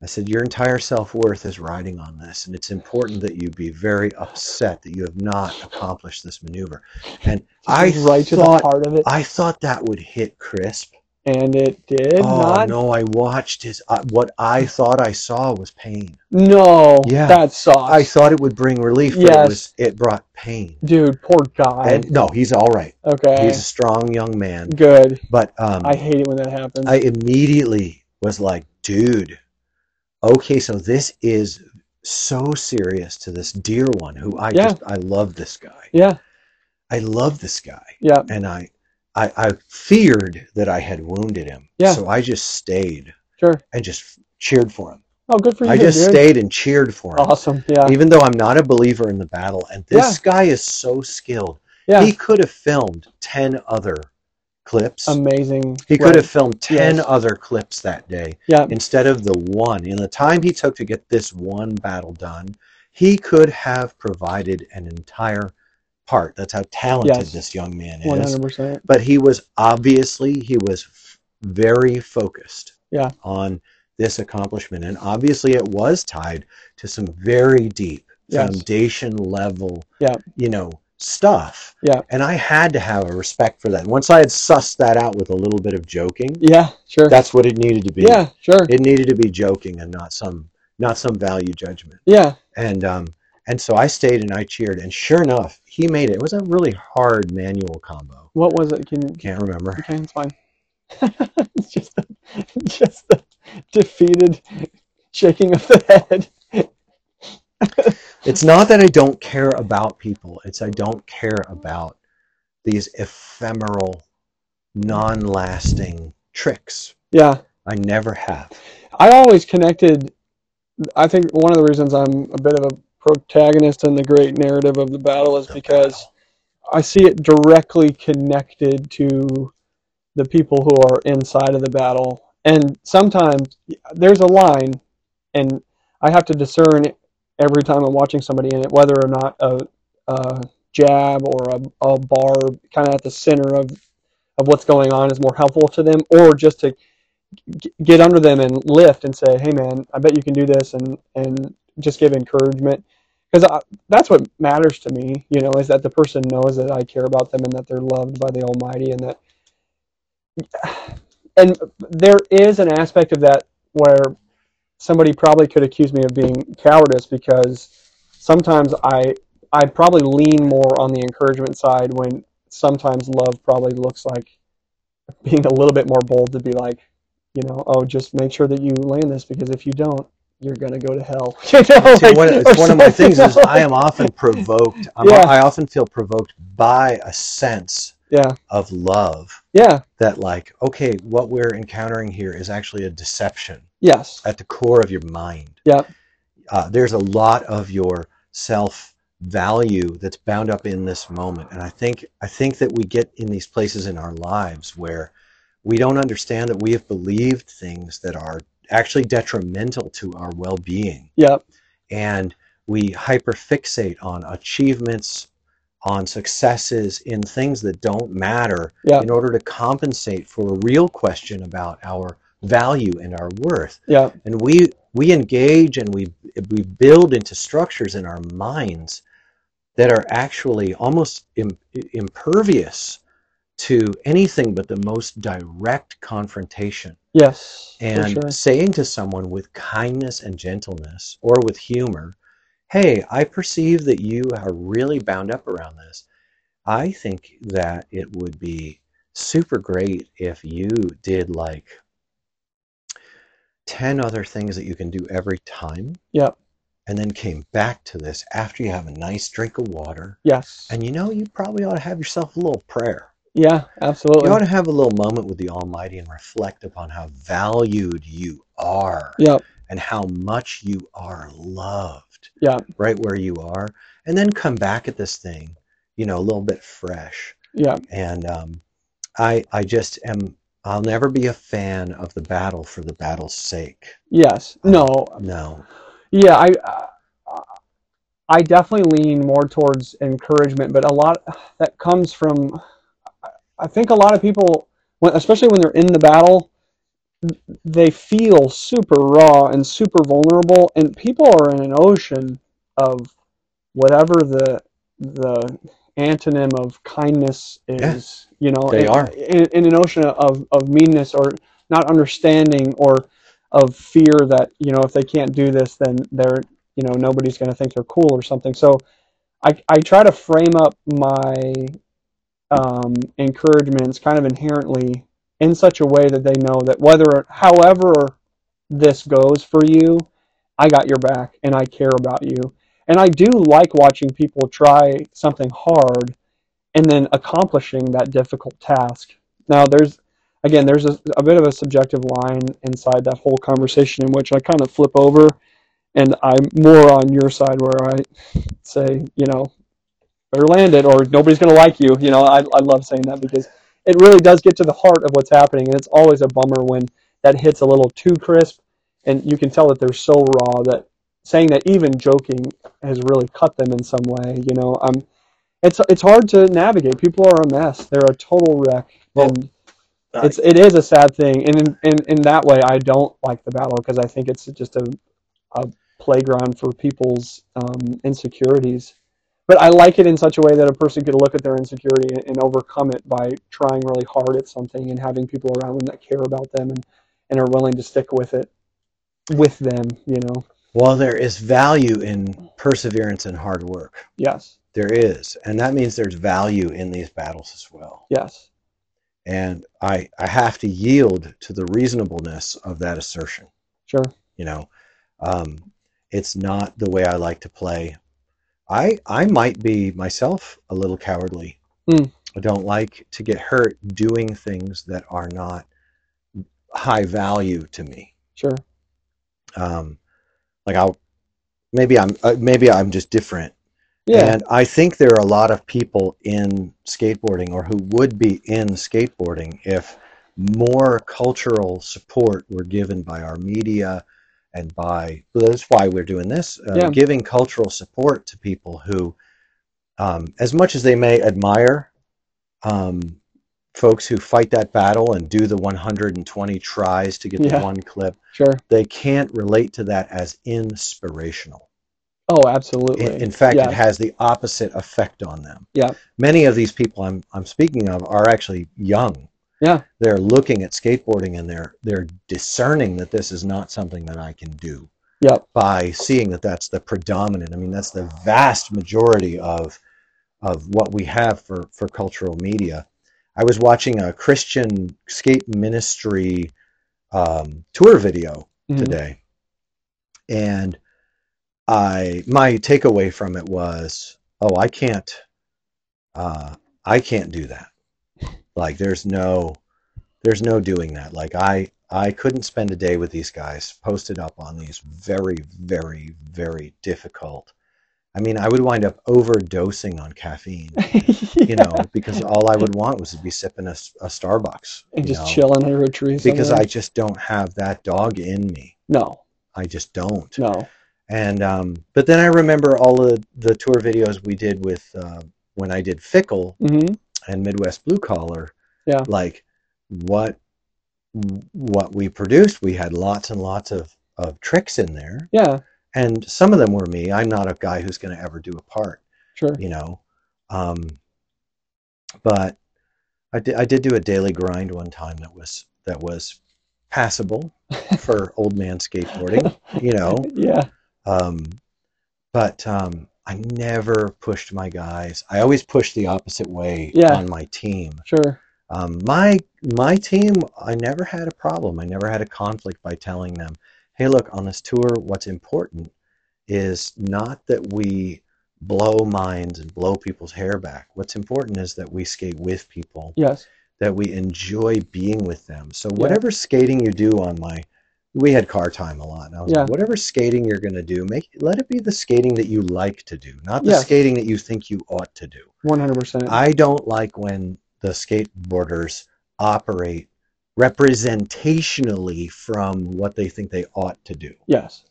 I said, "Your entire self worth is riding on this, and it's important that you be very upset that you have not accomplished this maneuver." And I right to the thought heart of it, I thought that would hit crisp. and it did oh not. no! I watched his. Uh, what I thought I saw was pain. No, Yeah. that sucks, I thought it would bring relief, but it Yes. was it brought pain. dude. Poor guy. And no, he's all right. okay, He's a strong young man. good. But um, I hate it when that happens. I immediately was like, dude, okay, so this is so serious to this dear one who I Yeah. just I love this guy. yeah, I love this guy. yeah, And I I, I feared that I had wounded him. Yeah. So I just stayed sure. and just cheered for him. Oh, good for you, I just dude. stayed and cheered for him. Awesome. Yeah. Even though I'm not a believer in the battle, and this guy is so skilled. Yeah. He could have filmed 10 other clips. Amazing. He could Um, Right. have filmed 10 Yes. other clips that day Yeah. instead of the one. In the time he took to get this one battle done, he could have provided an entire part. That's how talented Yes. this young man One is. hundred percent. But he was obviously, he was f- very focused Yeah. on this accomplishment. And obviously, it was tied to some very deep Yes. foundation level, Yeah. you know, stuff. Yeah. And I had to have a respect for that. Once I had sussed that out with a little bit of joking, Yeah. Sure. that's what it needed to be. yeah. Sure. It needed to be joking and not some not some value judgment. yeah. And um and so I stayed and I cheered and sure enough, he made it. It was a really hard manual combo. What was it? Can okay, Can't remember. it's fine. [laughs] it's just the, just the defeated shaking of the head. It's not that I don't care about people. It's I don't care about these ephemeral, non-lasting tricks. Yeah. I never have. I always connected. I think one of the reasons I'm a bit of a protagonist in the great narrative of the battle is The because I see it directly connected to the people who are inside of the battle. And sometimes there's a line, and I have to discern every time I'm watching somebody in it whether or not a, a jab or a, a barb kind of at the center of, of what's going on is more helpful to them, or just to g- get under them and lift and say, "Hey, man, I bet you can do this," and and just give encouragement because that's what matters to me. You know, is that the person knows that I care about them and that they're loved by the Almighty, and that [sighs] and there is an aspect of that where somebody probably could accuse me of being cowardice because sometimes I I probably lean more on the encouragement side when sometimes love probably looks like being a little bit more bold to be like, you know, oh, just make sure that you land this because if you don't, you're gonna go to hell. [laughs] You know, See, like- one, it's or one of my something, things [laughs] is you know, I am often provoked. I'm, Yeah. I often feel provoked by a sense Yeah, of love yeah, that, like, okay, what we're encountering here is actually a deception yes, at the core of your mind. yeah, Uh, there's a lot of your self value that's bound up in this moment, and I think I think that we get in these places in our lives where we don't understand that we have believed things that are actually detrimental to our well being yeah, and we hyperfixate on achievements, on successes in things that don't matter Yeah. in order to compensate for a real question about our value and our worth. yeah, And we we engage and we we build into structures in our minds that are actually almost im- impervious to anything but the most direct confrontation yes, for and sure. saying to someone with kindness and gentleness or with humor, hey, I perceive that you are really bound up around this. I think that it would be super great if you did like 10 other things that you can do every time Yeah, and then came back to this after you have a nice drink of water. yes, And you know, you probably ought to have yourself a little prayer. yeah, You absolutely. ought to have a little moment with the Almighty and reflect upon how valued you are. Yeah, and how much you are loved yeah, right where you are and then come back at this thing you know a little bit fresh yeah, and um, i i just am i'll never be a fan of the battle for the battle's sake yes. Um, No, no Yeah, I uh, I definitely lean more towards encouragement, but a lot that comes from I think a lot of people, when, especially when they're in the battle, they feel super raw and super vulnerable, and people are in an ocean of whatever the the antonym of kindness Yeah, is, you know, they in, are. in, in an ocean of, of meanness or not understanding or of fear that, you know, if they can't do this, then they're, you know, nobody's going to think they're cool or something. So I, I try to frame up my um, encouragements kind of inherently in such a way that they know that whether, however, this goes for you, I got your back and I care about you. And I do like watching people try something hard and then accomplishing that difficult task. Now, there's again, there's a, a bit of a subjective line inside that whole conversation in which I kind of flip over and I'm more on your side where I [laughs] say, you know, better land it or nobody's going to like you. You know, I, I love saying that because it really does get to the heart of what's happening. And it's always a bummer when that hits a little too crisp and you can tell that they're so raw that saying that even joking has really cut them in some way. You know, um, it's, it's hard to navigate. People are a mess. They're a total wreck. Well, and uh, it's, it is a sad thing. And in, in, in that way, I don't like the battle because I think it's just a, playground for people's um, insecurities. But I like it in such a way that a person could look at their insecurity and, and overcome it by trying really hard at something and having people around them that care about them and, and are willing to stick with it with them, you know? well there is value in perseverance and hard work Yes, there is and that means there's value in these battles as well yes, and i i have to yield to the reasonableness of that assertion sure. you know um, it's not the way i like to play i i might be myself a little cowardly Mm. i don't like to get hurt doing things that are not high value to me Sure. um, like i'll maybe i'm uh, maybe i'm just different Yeah. and i think there are a lot of people in skateboarding or who would be in skateboarding if more cultural support were given by our media and by well, that's why we're doing this uh, Yeah. giving cultural support to people who um, as much as they may admire um, folks who fight that battle and do the 120 tries to get the Yeah. one clip Sure. they can't relate to that as inspirational Oh, in, absolutely. in fact Yeah. it has the opposite effect on them Yeah. many of these people i'm, I'm speaking of are actually young Yeah. They're looking at skateboarding and they're they're discerning that this is not something that I can do Yep. by seeing that that's the predominant. I mean, that's the vast majority of of what we have for for cultural media. I was watching a Christian skate ministry um, tour video Mhm. today, and I my takeaway from it was, oh, I can't, uh, I can't do that. Like, there's no, there's no doing that. Like, I I couldn't spend a day with these guys posted up on these very, very, very difficult. I mean, I would wind up overdosing on [laughs] caffeine Mm-hmm. you know, because all I would want was to be sipping a, s- a Starbucks, and you just know, chilling under a tree. because somewhere. I just don't have that dog in me. no, I just don't. no. And um, but then I remember all of the tour videos we did with uh, when I did Fickle Mm-hmm. and Midwest Blue Collar. Yeah. Like what what we produced, we had lots and lots of of tricks in there, Yeah, and some of them were me. I'm not a guy who's going to ever do a part. sure. you know. Um, but I did I did do a daily grind one time that was that was [laughs] passable for old man skateboarding, you know. Yeah, Um, but um, I never pushed my guys. I always pushed the opposite way Yeah. on my team. sure. Um, my my team, I never had a problem. I never had a conflict by telling them, "Hey, look, on this tour, what's important is not that we blow minds and blow people's hair back. What's important is that we skate with people, Yes. that we enjoy being with them. So Yeah. whatever skating you do on my, we had car time a lot. And I was Yeah. like, whatever skating you're gonna do, make let it be the skating that you like to do, not the Yes. skating that you think you ought to do. One hundred percent. I don't like when the skateboarders operate representationally from what they think they ought to do. Yes.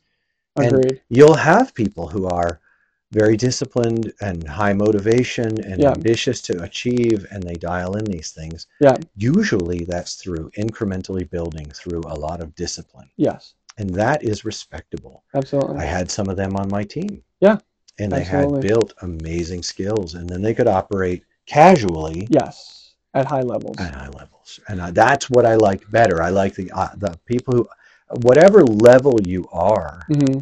And- Agreed. You'll have people who are very disciplined and high motivation and Yeah. ambitious to achieve, and they dial in these things. Yeah. Usually, that's through incrementally building through a lot of discipline, yes. and that is respectable. Absolutely. I had some of them on my team. Yeah, And they absolutely. had built amazing skills, and then they could operate casually yes. At high levels. at high levels, and I, that's what I like better. I like the uh, the people who, whatever level you are, Mm-hmm.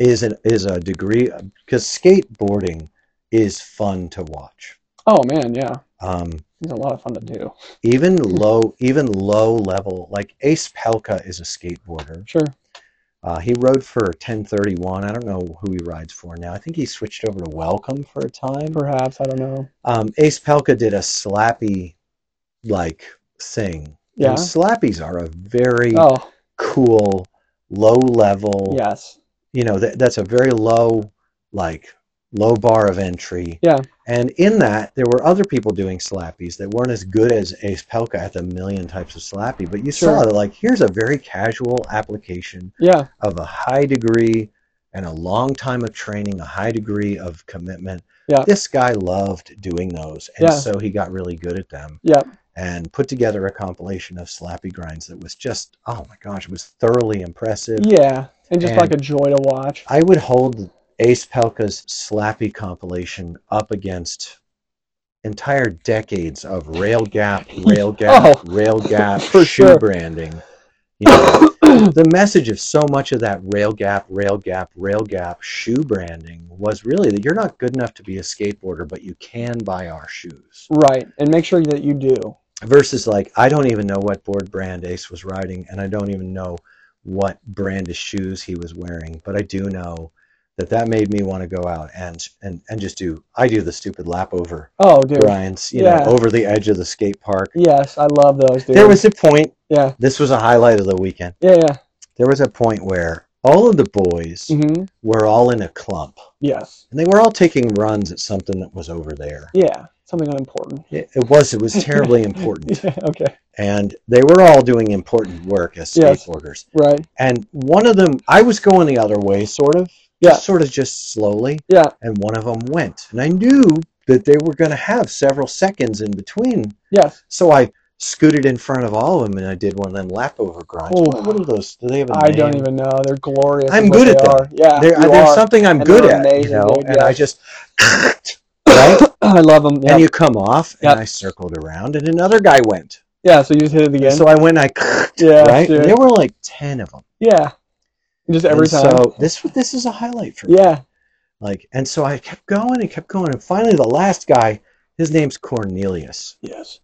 is an is a degree because skateboarding is fun to watch. Oh man, yeah. Um, It's a lot of fun to do. even Hmm. low even low level like Ace Pelka is a skateboarder. Sure. Uh, he rode for 1031. I don't know who he rides for now. I think he switched over to Welcome for a time. Perhaps I don't know. Um, Ace Pelka did a slappy like thing. Yeah. And slappies are a very Oh cool, low level. yes. You know, that, that's a very low, like, low bar of entry. Yeah. And in that, there were other people doing slappies that weren't as good as Ace Pelka at the million types of slappy. But you saw Sure. that, like, here's a very casual application Yeah. of a high degree and a long time of training, a high degree of commitment. Yeah. This guy loved doing those. And Yeah. so he got really good at them Yeah. and put together a compilation of slappy grinds that was just, oh my gosh, it was thoroughly impressive. Yeah. And just And- like a joy to watch. I would hold Ace Pelka's slappy compilation up against entire decades of rail gap, rail gap, [laughs] Oh, rail gap, for shoe sure. branding. You know, [clears throat] the message of so much of that rail gap, rail gap, rail gap shoe branding was really that you're not good enough to be a skateboarder, but you can buy our shoes. right. And make sure that you do. Versus, like, I don't even know what board brand Ace was riding, and I don't even know what brand of shoes he was wearing, but I do know that that made me want to go out and and and just do I do the stupid lap over Oh dude. grinds, you Yeah. know, over the edge of the skate park. Yes, I love those dude. There was a point. Yeah. This was a highlight of the weekend. Yeah, yeah. There was a point where all of the boys Mm-hmm. were all in a clump. Yes. And they were all taking runs at something that was over there. Yeah. Something unimportant. [laughs] It, it was it was terribly important. Yeah, okay. And they were all doing important work as Yes. skateboarders. Right. And one of them I was going the other way sort of. Yeah. Just sort of just slowly. Yeah. And one of them went. And I knew that they were gonna have several seconds in between. Yes. So I scooted in front of all of them and I did one of them lap over grinds. Oh. What, what are those? Do they have a I name? don't even know. They're glorious. I'm is what good they at them. are. Yeah. There- you there's are. something I'm And good they're at, amazing, you know, dude, and yeah. I [coughs] just, right? [clears throat] I love them. And yep. you come off, Yep. and I circled around, and another guy went. Yeah, so you just hit it again. So I went, I yeah, right. sure. And there were like ten of them. yeah. Just every And time. So this this is a highlight for me. yeah. Like, and so I kept going and kept going, and finally the last guy, his name's Cornelius. Yes.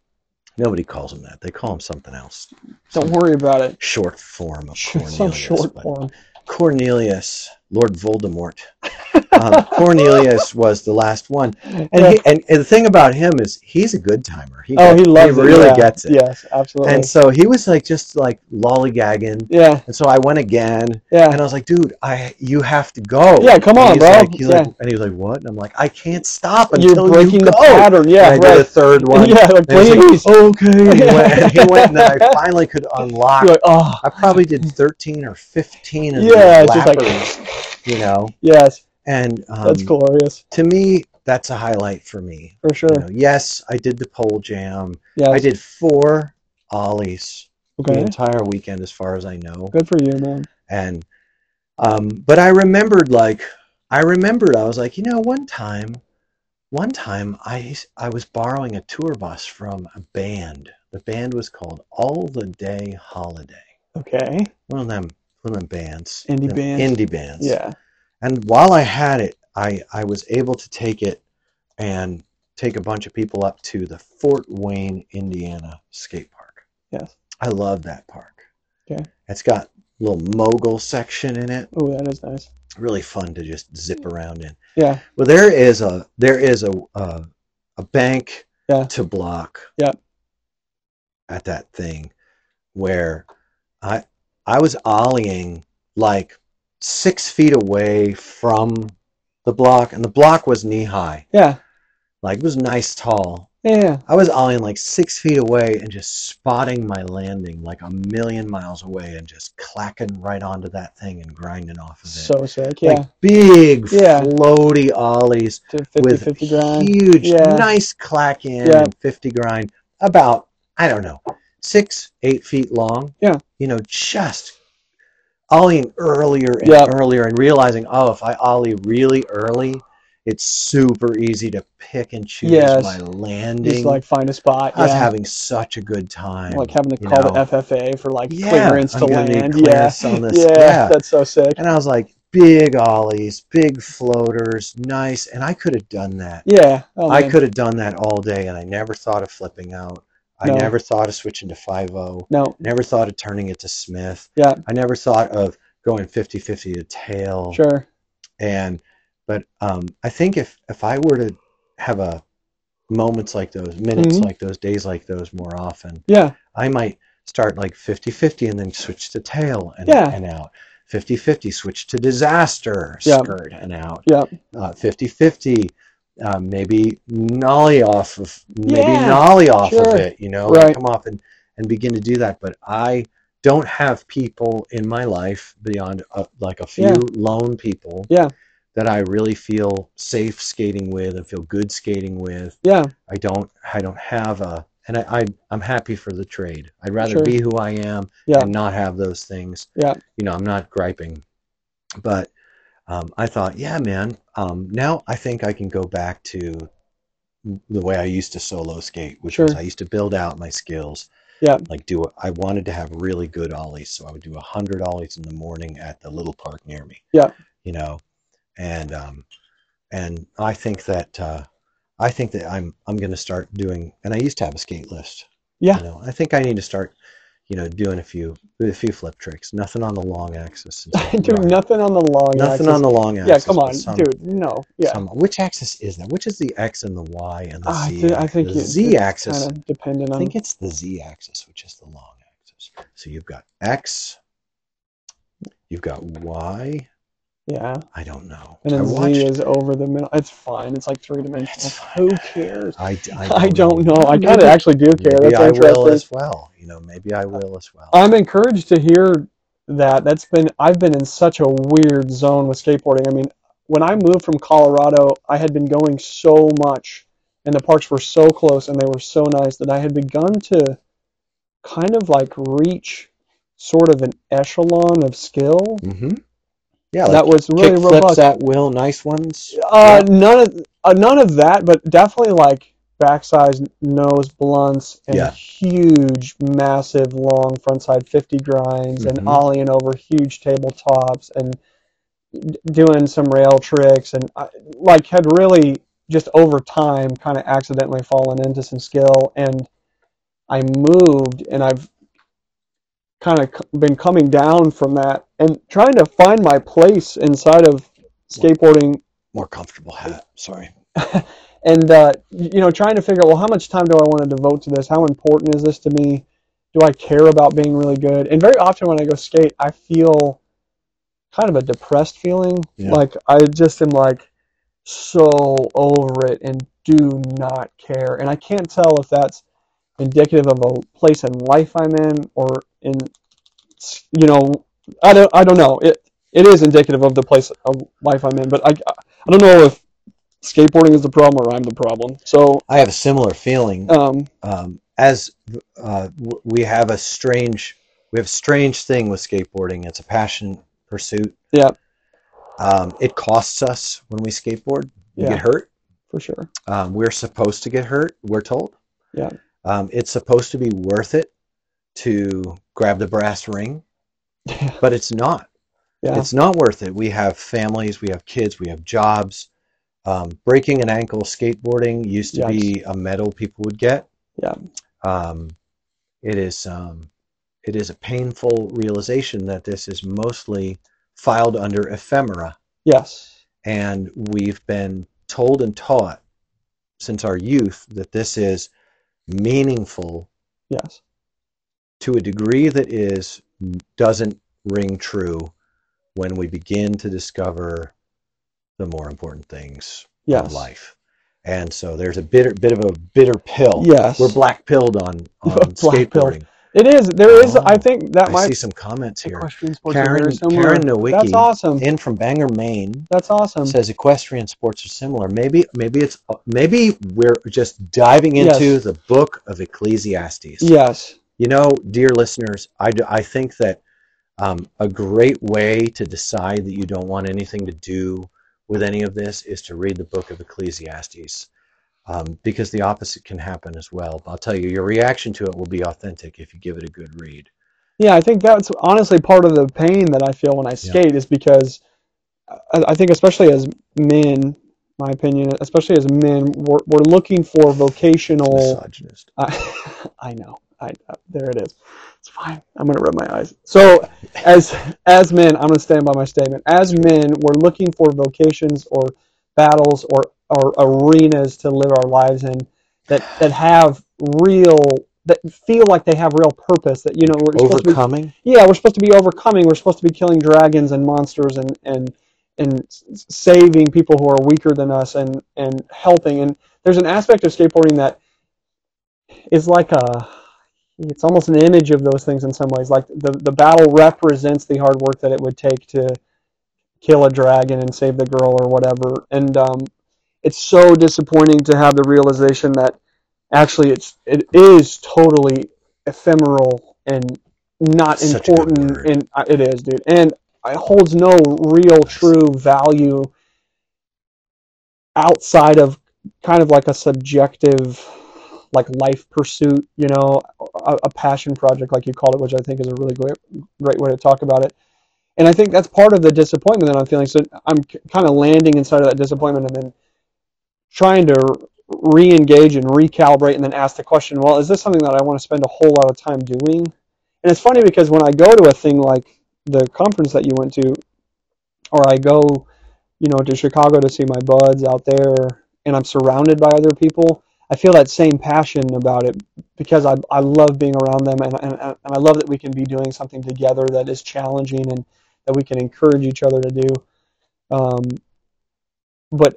Nobody calls him that. They call him something else. Don't worry about it. [laughs] Short form of Cornelius. Some short but- form. Cornelius, Lord [laughs] Voldemort. Um, Cornelius was the last one, and, he, and and the thing about him is he's a good timer. He oh, gets- he loves he it. really yeah. gets it. Yes, absolutely. And so he was like just like lollygagging, yeah, and so I went again, yeah. and I was like, dude, I you have to go. Yeah, come And on, he's bro. Like, he's like, Yeah. and he was like, what? And I'm like, I can't stop You're until breaking you the go. pattern. Yeah, and I did a right. [laughs] third one. Yeah, like and he's plenty of like, these. okay. And he, went, and he went, and then [laughs] I finally could unlock. You're like, oh, I probably did 13 or 15 of yeah. these It's just like, lappers, you know. yes, And um, that's glorious To me, that's a highlight for me. for sure. You know, yes, I did the pole jam. yeah. I did four ollies the Okay. entire weekend, as far as I know. Good for you, man. And um, but I remembered, like, I remembered, I was like, you know, one time, one time, I I was borrowing a tour bus from a band. The band was called All the Day Holiday. Okay. One of them, one of them bands. Indie them bands. Indie bands. Yeah. And while I had it, I, I was able to take it and take a bunch of people up to the Fort Wayne, Indiana skate park. Yes. I love that park. Okay. It's got a little mogul section in it. Oh, that is nice. Really fun to just zip around in. Yeah. Well, there is a there is a a, a bank Yeah. to block. Yeah. At that thing, where I I was ollieing like six feet away from the block, and the block was knee high. Yeah. Like it was nice tall. Yeah. yeah. I was ollieing like six feet away and just spotting my landing like a million miles away and just clacking right onto that thing and grinding off of it. So sick. Yeah. Like big Yeah. floaty ollies to 50 with 50 grind. huge, Yeah. nice clack in Yeah. and 50 grind, about, I don't know, six, eight feet long. Yeah. You know, just ollieing earlier and Yeah. earlier and realizing, oh, if I ollie really early, it's super easy to pick and choose Yes. my landing. Just like find a spot. I was yeah. having such a good time. like having to you call know. the FFA for like Yeah, clearance I'm to gonna need land. Yeah. clearance on this. [laughs] yeah. Yeah. That's so sick. And I was like, big ollies, big floaters, nice. And I could have done that Yeah. Oh, I man. could have done that all day, and I never thought of flipping out. I No. never thought of switching to 5 0. No. Never thought of turning it to Smith. Yeah. I never thought of going 50 50 to tail. Sure. And, but um, I think if, if I were to have a moments like those, minutes Mhm. like those, days like those more often, Yeah. I might start like 50 50 and then switch to tail and, Yeah. and out. 50 50, switch to disaster, Yeah. skirt and out Yeah. uh, 50-50 uh, maybe nollie off of maybe Yeah, nollie off of sure. it you know and Right. come off and, and begin to do that but i don't have people in my life beyond uh like a few Yeah. lone people Yeah. that i really feel safe skating with and feel good skating with Yeah. [laughs] i don't i don't have a and I, I i'm happy for the trade i'd rather Sure. be who i am Yeah. and not have those things Yeah. you know i'm not griping but um, I thought, yeah, man, um, now I think I can go back to the way I used to solo skate, which was Sure. I used to build out my skills. Yeah. Like do I wanted to have really good ollies, so I would do a hundred ollies in the morning at the little park near me. Yeah. You know, and um, and I think that uh, I think that I'm I'm going to start doing. And I used to have a skate list. Yeah. You know, I think I need to start, you know, doing a few a few flip tricks. Nothing on the long axis. [laughs] and stuff. Doing Right. nothing on the long Nothing axis. on the long axis. Yeah, come but on, some- dude. No. Yeah. Ah, some- which axis is that? Which is the X and the Y and the I, Z? thi- I axis? think the it's Z axis. kind of dependent I on. think it's the Z axis, which is the long axis. So you've got X, you've got Y. Yeah. I don't know. And then I Z is over the middle. It's fine. It's like three dimensional. It's Who fine. cares? I, I don't, [laughs] I don't know. I Maybe- kind of actually do care. Maybe That's I will interesting. as well. You know, maybe I will as well. I'm encouraged to hear that. That's been I've been in such a weird zone with skateboarding. I mean, when I moved from Colorado, I had been going so much and the parks were so close and they were so nice that I had begun to kind of like reach sort of an echelon of skill hmm Yeah, like Mm-hmm. that was really kick flips robust. at will, nice ones. Uh, none of uh, none of that, but definitely like backsized nose blunts and Yeah. huge, massive, long frontside 50 grinds and Mhm. ollieing over huge tabletops and d- doing some rail tricks and I, like had really just over time kind of accidentally fallen into some skill and I moved and I've kind of c- been coming down from that and trying to find my place inside of skateboarding More comfortable hat. Sorry. and uh, you know trying to figure out well how much time do i want to devote to this how important is this to me do i care about being really good and very often when i go skate i feel kind of a depressed feeling Yeah. like i just am like so over it and do not care and i can't tell if that's indicative of a place in life i'm in or in you know i don't i don't know it it is indicative of the place of life i'm in but i i don't know if skateboarding is the problem or I'm the problem. So, I have a similar feeling. um, um, as uh, w- we have a strange we have a strange thing with skateboarding it's a passion pursuit Yeah. um, it costs us when we skateboard we yeah, get hurt for sure. um, we're supposed to get hurt we're told Yeah. um, it's supposed to be worth it to grab the brass ring [laughs] yeah, but it's not yeah, it's not worth it we have families we have kids we have jobs um, breaking an ankle skateboarding used to be a medal people would get Yeah. um, it is um, it is a painful realization that this is mostly filed under ephemera yes, and we've been told and taught since our youth that this is meaningful yes, to a degree that is doesn't ring true when we begin to discover the more important things yes, of life and so there's a bitter bit of a bitter pill yes. we're black pilled [laughs] on on Black pilled. skateboarding It is. There is. I Oh, think that i might. see some comments here Equestrian sports are Karen, very similar. Karen Nowicki, That's awesome. in from Bangor, Maine, That's awesome. says equestrian sports are similar. Maybe, maybe it's maybe we're just diving Yes. into the book of Ecclesiastes. yes. You know, dear listeners, I, d- I think that um, a great way to decide that you don't want anything to do with any of this is to read the book of Ecclesiastes, um, because the opposite can happen as well. I'll tell you, your reaction to it will be authentic if you give it a good read. Yeah, I think that's honestly part of the pain that I feel when I skate is because uh, I, I think, especially as men, my opinion, especially as men, we're, we're looking for vocational. Misogynist. I, I [laughs] know. I uh, there it is. It's fine. I'm gonna rub my eyes. So, as as men, I'm gonna stand by my statement. As men, we're looking for vocations or battles or or arenas to live our lives in that that have real that feel like they have real purpose. That you know we're supposed to be Overcoming. yeah, we're supposed to be overcoming. We're supposed to be killing dragons and monsters and and and s- saving people who are weaker than us and and helping. And there's an aspect of skateboarding that is like a it's almost an image of those things in some ways. Like the the battle represents the hard work that it would take to kill a dragon and save the girl or whatever. And um, it's so disappointing to have the realization that actually it's it is totally ephemeral and not Such a good important. word. And I- it is, dude. And it holds no real Nice. true value outside of kind of like a subjective like life pursuit you know a, a passion project like you called it which i think is a really great great way to talk about it and i think that's part of the disappointment that i'm feeling so i'm kind of landing inside of that disappointment and then trying to re-engage and recalibrate and then ask the question well is this something that i want to spend a whole lot of time doing and it's funny because when i go to a thing like the conference that you went to or i go you know, to Chicago to see my buds out there and I'm surrounded by other people, I feel that same passion about it because I, I love being around them and, and, and I love that we can be doing something together that is challenging and that we can encourage each other to do. Um, but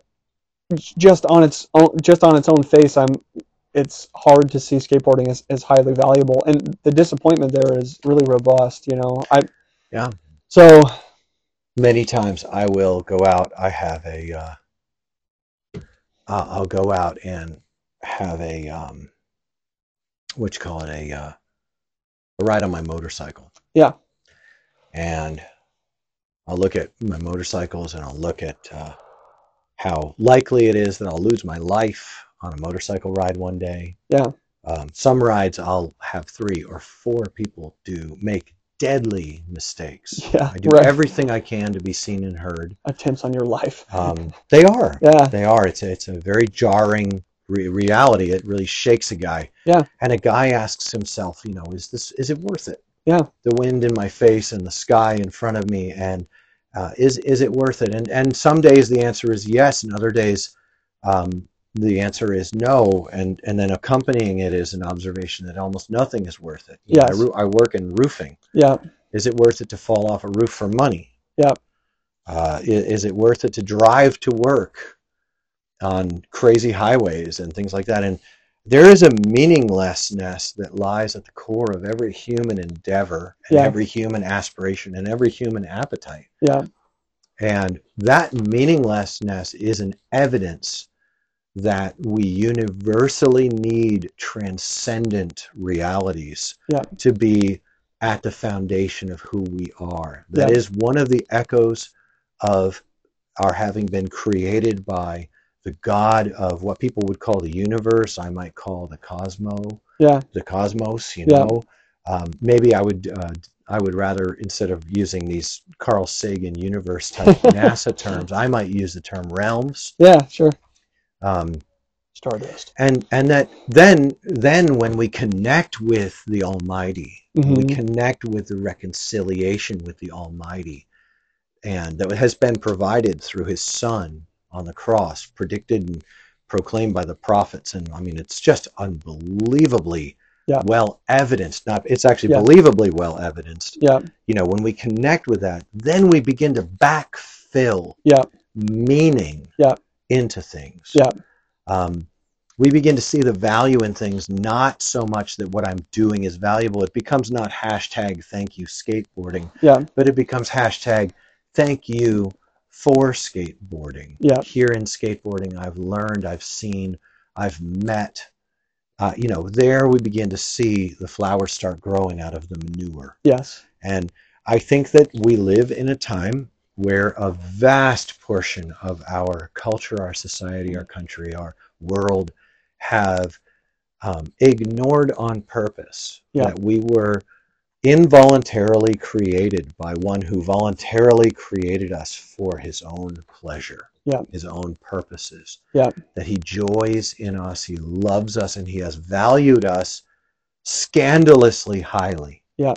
just on its own, just on its own face, I'm, it's hard to see skateboarding as, as highly valuable. And the disappointment there is really robust, you know, I, Yeah. so many times I will go out. I have a, uh, I- I'll go out and have a, um, what you call it, a, uh, a ride on my motorcycle. Yeah. And I'll look at my motorcycles and I'll look at uh, how likely it is that I'll lose my life on a motorcycle ride one day. Yeah. Um, some rides I'll have three or four people do make deadly mistakes. Yeah, I do right. everything I can to be seen and heard. [laughs] Attempts on your life. Um, they are. yeah, They are. It's a, it's a very jarring re- reality. It really shakes a guy. Yeah. And a guy asks himself, you know, is this is it worth it? Yeah. The wind in my face and the sky in front of me, and uh, is is it worth it? And and some days the answer is yes, and other days um, the answer is no. And and then accompanying it is an observation that almost nothing is worth it. You know, I Yes. roo- I work in roofing yeah, is it worth it to fall off a roof for money? Yep. Uh, i- is, it worth it to drive to work on crazy highways and things like that? And there is a meaninglessness that lies at the core of every human endeavor and Yeah. every human aspiration and every human appetite. yeah, And that meaninglessness is an evidence that we universally need transcendent realities Yeah. to be at the foundation of who we are. That Yeah. is one of the echoes of our having been created by the God of what people would call the universe, I might call the cosmo yeah, the cosmos you Yeah. know um, maybe i would uh, i would rather instead of using these carl sagan universe type [laughs] nasa terms i might use the term realms yeah. Sure. um, Stardust. and and that then then when we connect with the almighty we Mhm. connect with the reconciliation with the almighty and that has been provided through his son on the cross predicted and proclaimed by the prophets and i mean it's just unbelievably Yeah. well evidenced not it's actually Yeah. believably well evidenced Yeah, you know when we connect with that then we begin to backfill Yeah. meaning Yeah. into things Yeah. um, we begin to see the value in things not so much that what i'm doing is valuable it becomes not hashtag thank you skateboarding Yeah. but it becomes hashtag thank you for skateboarding Yeah. here in skateboarding i've learned i've seen i've met uh, you know there we begin to see the flowers start growing out of the manure yes, and I think that we live in a time where a vast portion of our culture, our society, our country, our world have um, ignored on purpose Yeah. that we were involuntarily created by one who voluntarily created us for his own pleasure, Yeah. his own purposes. Yeah. That he joys in us, he loves us, and he has valued us scandalously highly Yeah.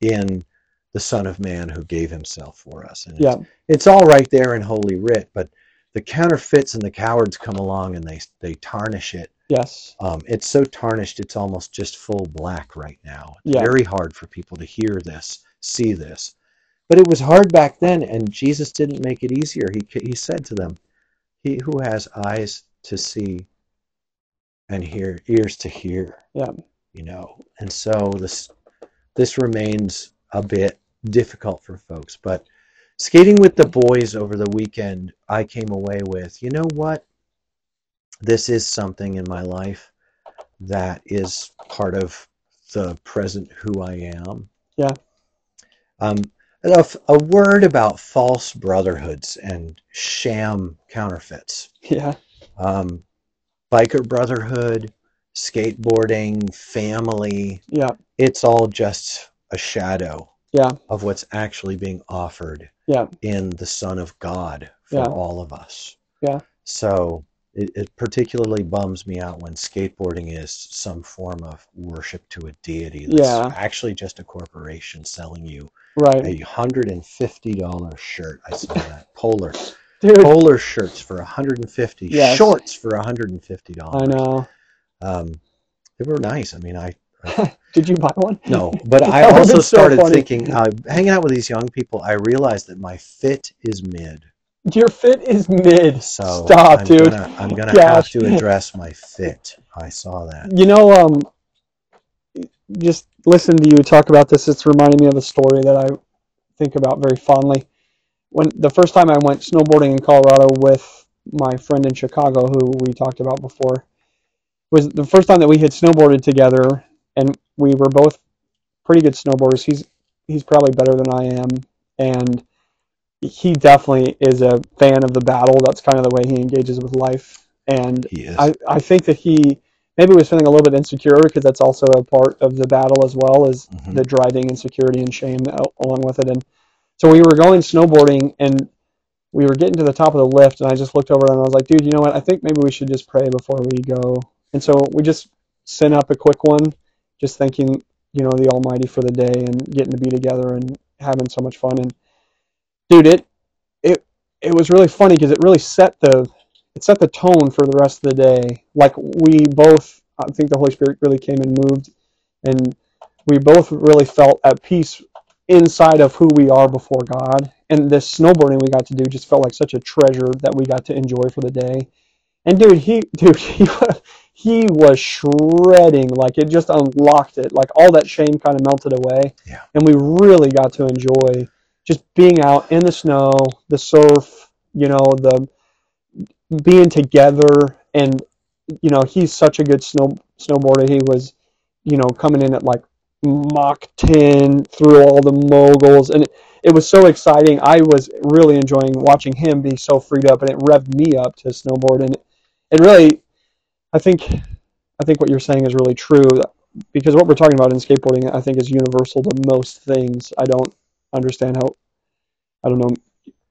in the Son of Man who gave himself for us. And yeah, it's, it's all right there in Holy Writ, but the counterfeits and the cowards come along and they, they tarnish it. yes, Um, it's so tarnished, it's almost just full black right now. It's Yeah. very hard for people to hear this, see this. But it was hard back then, and Jesus didn't make it easier. He, he said to them, He who has eyes to see and hear, ears to hear. Yeah. You know, and so this this remains a bit difficult for folks. But skating with the boys over the weekend, I came away with, you know what? This is something in my life that is part of the present who I am. Yeah. Um, a, f- a word about false brotherhoods and sham counterfeits yeah, um, biker brotherhood, skateboarding, family. yeah, It's all just a shadow Yeah. of what's actually being offered Yeah. in the Son of God for Yeah. all of us. Yeah. So it, it particularly bums me out when skateboarding is some form of worship to a deity that's Yeah. actually just a corporation selling you right, a $150 shirt. I saw [laughs] that. Polar dude. polar shirts for 150 Yes. shorts for 150 dollars I know. um they were nice i mean i Did you buy one? [laughs] no but i That would've also been so started funny. thinking uh, hanging out with these young people i realized that my fit is mid Your fit is mid. so Stop, i'm dude. gonna i'm gonna have Gosh. to address my fit i saw that You know, um, just listen to you talk about this. It's reminding me of a story that I think about very fondly. When the first time I went snowboarding in Colorado with my friend in Chicago, who we talked about before, was the first time that we had snowboarded together, and we were both pretty good snowboarders. He's he's probably better than I am, and he definitely is a fan of the battle. That's kind of the way he engages with life, And He is. I, I think that he maybe was feeling a little bit insecure because that's also a part of the battle as well as Mhm. the driving insecurity and shame al- along with it. And so we were going snowboarding and we were getting to the top of the lift and I just looked over and I was like, dude, you know what? I think maybe we should just pray before we go. And so we just sent up a quick one, just thanking, you know, the Almighty for the day and getting to be together and having so much fun. And dude, it it it was really funny because it really set the it set the tone for the rest of the day. Like we both, I think the Holy Spirit really came and moved, and we both really felt at peace inside of who we are before God. And this snowboarding we got to do just felt like such a treasure that we got to enjoy for the day. And dude, he [laughs] dude he was, he was shredding like it just unlocked it. Like all that shame kind of melted away. Yeah. And we really got to enjoy just being out in the snow, the surf, you know, the being together and you know, he's such a good snow snowboarder. He was, you know, coming in at like Mach 10 through all the moguls and it, it was so exciting. I was really enjoying watching him be so freed up and it revved me up to snowboard and it really i think i think what you're saying is really true because what we're talking about in skateboarding i think is universal to most things i don't understand how i don't know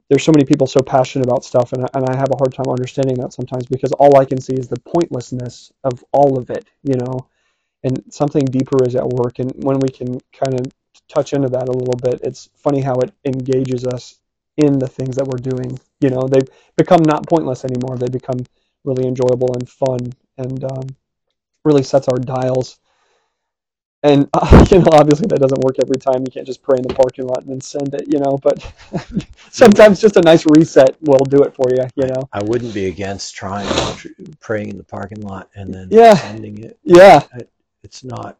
there's so many people so passionate about stuff and I, and I have a hard time understanding that sometimes because all i can see is the pointlessness of all of it you know and something deeper is at work and when we can kind of touch into that a little bit it's funny how it engages us in the things that we're doing you know they become not pointless anymore they become really enjoyable and fun and um, really sets our dials. And [laughs] you know, obviously that doesn't work every time. You can't just pray in the parking lot and then send it, you know. But [laughs] sometimes just a nice reset will do it for you, you know. I wouldn't be against trying tr- praying in the parking lot and then Yeah. sending it. Yeah, It's not.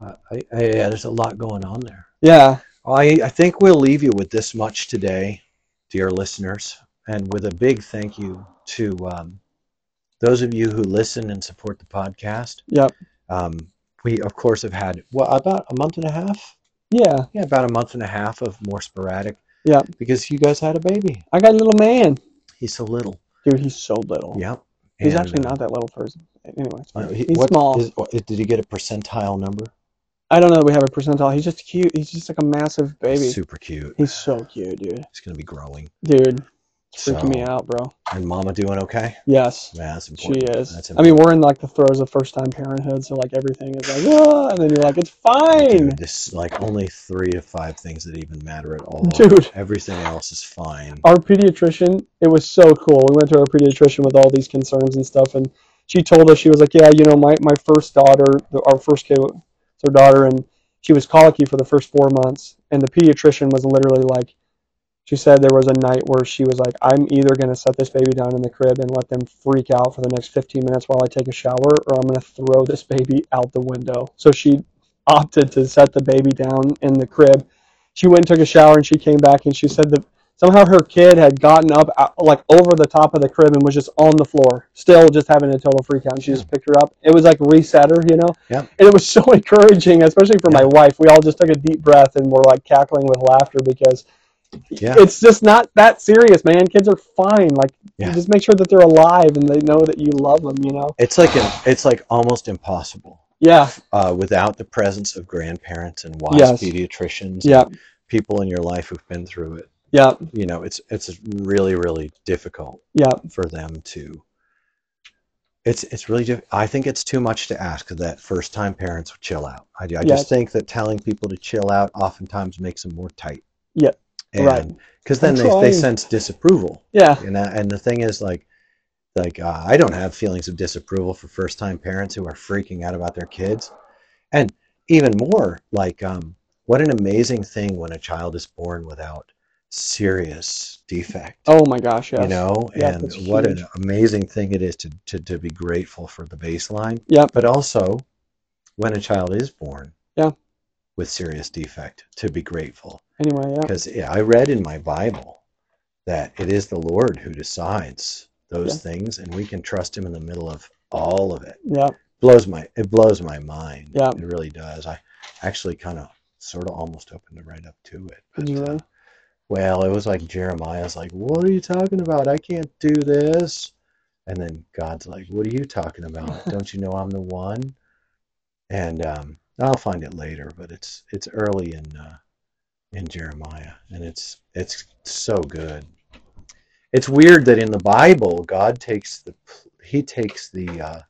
Uh, I, I, yeah, there's a lot going on there. yeah, I, I think we'll leave you with this much today, dear listeners, and with a big thank you to um, those of you who listen and support the podcast. yep, Um, we, of course, have had well about a month and a half. yeah. Yeah, about a month and a half of more sporadic. Yeah. because you guys had a baby. I got a little man, He's so little. dude. He's so little. Yeah, he's And, actually uh, not that little person. Anyway, it's Uh, fine. he- he's what small. is- or- did he get a percentile number? I don't know. That we have a percentile. He's just cute. He's just like a massive baby. Super cute. He's so cute, dude. He's going to be growing. Dude, it's So, freaking me out, bro. And mama doing okay? Yes. Yeah, that's She important. is. That's I mean, we're in like the throes of first time parenthood, so like everything is like, ah, and then you're like, it's important. fine. Dude, this like only three to five things that even matter at all. Dude. Everything else is fine. Our pediatrician, it was so cool. We went to our pediatrician with all these concerns and stuff, and she told us, she was like, yeah, you know, my, my first daughter, the, our first kid was her daughter, and she was colicky for the first four months, and the pediatrician was literally like, she said there was a night where she was like, I'm either going to set this baby down in the crib and let them freak out for the next 15 minutes while I take a shower, or I'm going to throw this baby out the window. So she opted to set the baby down in the crib. She went and took a shower and she came back and she said that somehow her kid had gotten up out- like over the top of the crib and was just on the floor, still just having a total freak out. And she just picked her up. It was like reset her, you know? Yeah. And it was [laughs] so encouraging, especially for my Yeah. wife. We all just took a deep breath and were like cackling with laughter because Yeah. it's just not that serious, man. Kids are fine. Like, you Yeah. just make sure that they're alive and they know that you love them. You know? It's like an, it's like almost impossible Yeah, uh, without the presence of grandparents and wise Yes. pediatricians and yeah, people in your life who've been through it. yeah, You know, it's it's really really difficult. yeah, for them to it's it's really diff- i think it's too much to ask that first time parents would chill out i, do- I Yes. just think that telling people to chill out oftentimes makes them more tight Yeah, and, right. because then I'm they, they trying. sense disapproval yeah, and, that, and the thing is like like uh, i don't have feelings of disapproval for first time parents who are freaking out about their kids and even more like um, what an amazing thing when a child is born without serious defect Oh my gosh, yes. you know Yeah, and that's what an huge. amazing thing it is to, to, to be grateful for the baseline Yep. but also when a child is born Yeah. with serious defect to be grateful Anyway, yeah, because yeah, i read in my bible that it is the lord who decides those things and we can trust him in the middle of all of it yeah, blows my it blows my mind Yeah. it really does i actually kind of sort of almost opened it right up to it Did you but, uh, really? well, it was like Jeremiah's like, What are you talking about? I can't do this. And then God's like, What are you talking about? Don't you know I'm the one? And um, I'll find it later, but it's it's early in uh, in Jeremiah, and it's it's so good. It's weird that in the Bible, God takes the pl- he takes the uh,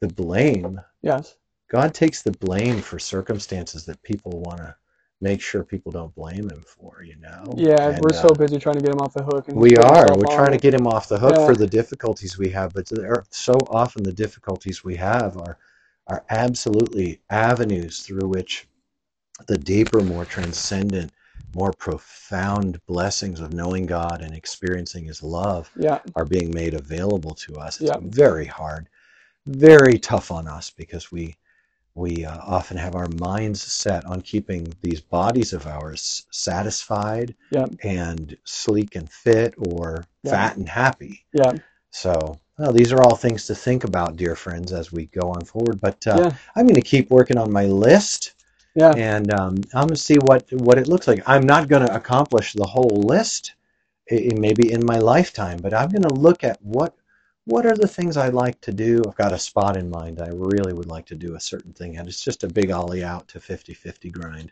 the blame. Yes. God takes the blame for circumstances that people want to make sure people don't blame him for. You know? Yeah, And, we're so uh, busy trying to get him off the hook. And he's we putting are. himself We're on trying to it. get him off the hook Yeah. for the difficulties we have, but there are so often the difficulties we have are are absolutely avenues through which the deeper, more transcendent, more profound blessings of knowing God and experiencing His love Yeah. are being made available to us. It's Yeah. very hard, very tough on us because we we uh, often have our minds set on keeping these bodies of ours satisfied Yeah. and sleek and fit or Yeah. fat and happy. Yeah. So, well, these are all things to think about, dear friends, as we go on forward. But uh, Yeah. I'm going to keep working on my list Yeah. and um, I'm going to see what, what it looks like. I'm not going to accomplish the whole list i- i- maybe in my lifetime, but I'm going to look at what what are the things I like to do. I've got a spot in mind. I really would like to do a certain thing, and it's just a big ollie out to 50-50 grind.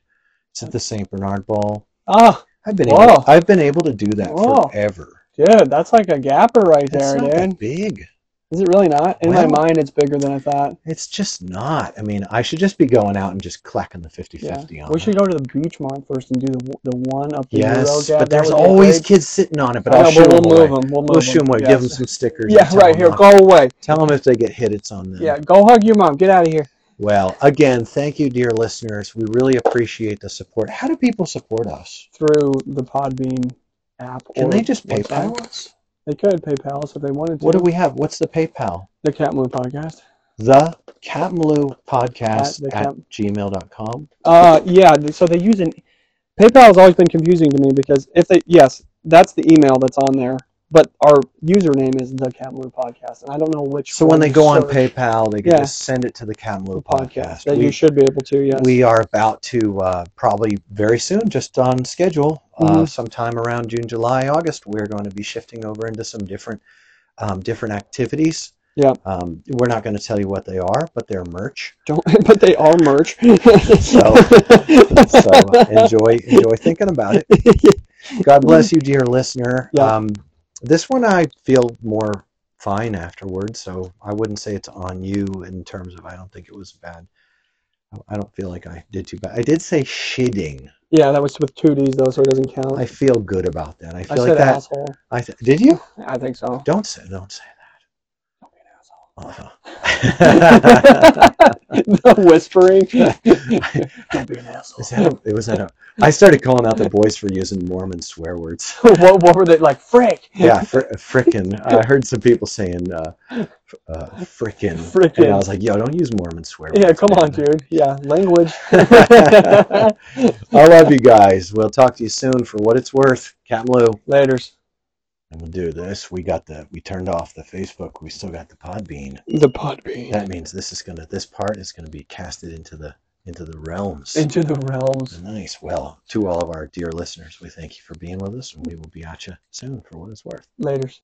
It's at the St. Bernard Ball. Ah, I've been able Wow. I've been able to do that Wow. forever. dude, that's like a gapper right It's there, not that dude. big. Is it really not? In my Well, mind, it's bigger than I thought. it's just not. I mean, I should just be going out and just clacking the Yeah. 50-50 We on should it. go to the beach mont first and do the, the one up the Euro Yes, gab. but That there's would be a always great. kids sitting on it, but I I'll know, shoo but we'll them move away. them. We'll We'll move shoo them. them away. Give them Yes. some stickers and Yeah, tell right them here. not. Go away. Tell them if they get hit, it's on them. Yeah, go hug your mom. Get out of here. Well, again, thank you, dear listeners. We really appreciate the support. How do people support us? Through the Podbean app Can or they just website. PayPal us? They could PayPal us if they wanted What do to. we have? What's the PayPal? The Cat Moon Podcast. The Capmaloo At Podcast the at Cat. gmail.com. Uh, yeah. th- So they use an PayPal has always been confusing to me because if they yes, that's the email that's on there, but our username is the Cat Moon Podcast, and I don't know which So when one they to go on search. PayPal, they can Yeah, just send it to the Capmaloo the podcast Podcast. that you We should be able to. Yes. we are about to uh, probably very soon, just on schedule, uh, hmm sometime around June, July, August, we're going to be shifting over into some different um, different activities. Yeah. Um, we're not going to tell you what they are, but they're merch. Don't. [laughs] But they are merch. [laughs] So [laughs] so uh, enjoy enjoy thinking about it. God bless you, dear listener. yeah. Um, this one I feel more fine afterwards, so I wouldn't say it's on you in terms of I don't think it was bad. I don't feel like I did too bad. I did say shitting. Yeah, that was with two D's though, so it doesn't I count. feel good about that. I I feel like said that. asshole. I th- did you? I think [laughs] so. [laughs] Don't say. Don't say. Don't be an asshole. [laughs] Uh-huh. [laughs] the whispering. [laughs] Don't be an Is asshole. that a, it was that a, I started calling out the boys for using Mormon swear words. what, what were they like? Frick. Yeah, [laughs] fr- frickin'. I heard some people saying uh, f- uh, frickin', and I Frickin'. was like, yo, don't use Mormon swear Yeah, words, come on, man. dude. Yeah, [laughs] language. I love you guys. We'll talk to you soon for what it's worth. Cat Blue. Laters. And we'll do this. We got the we turned off the Facebook. We still got the Podbean. The Podbean. That means this is gonna this part is gonna be casted into the into the realms. Into the realms. Nice. Well, to all of our dear listeners, we thank you for being with us, and we will be at you soon for what it's worth. Laters.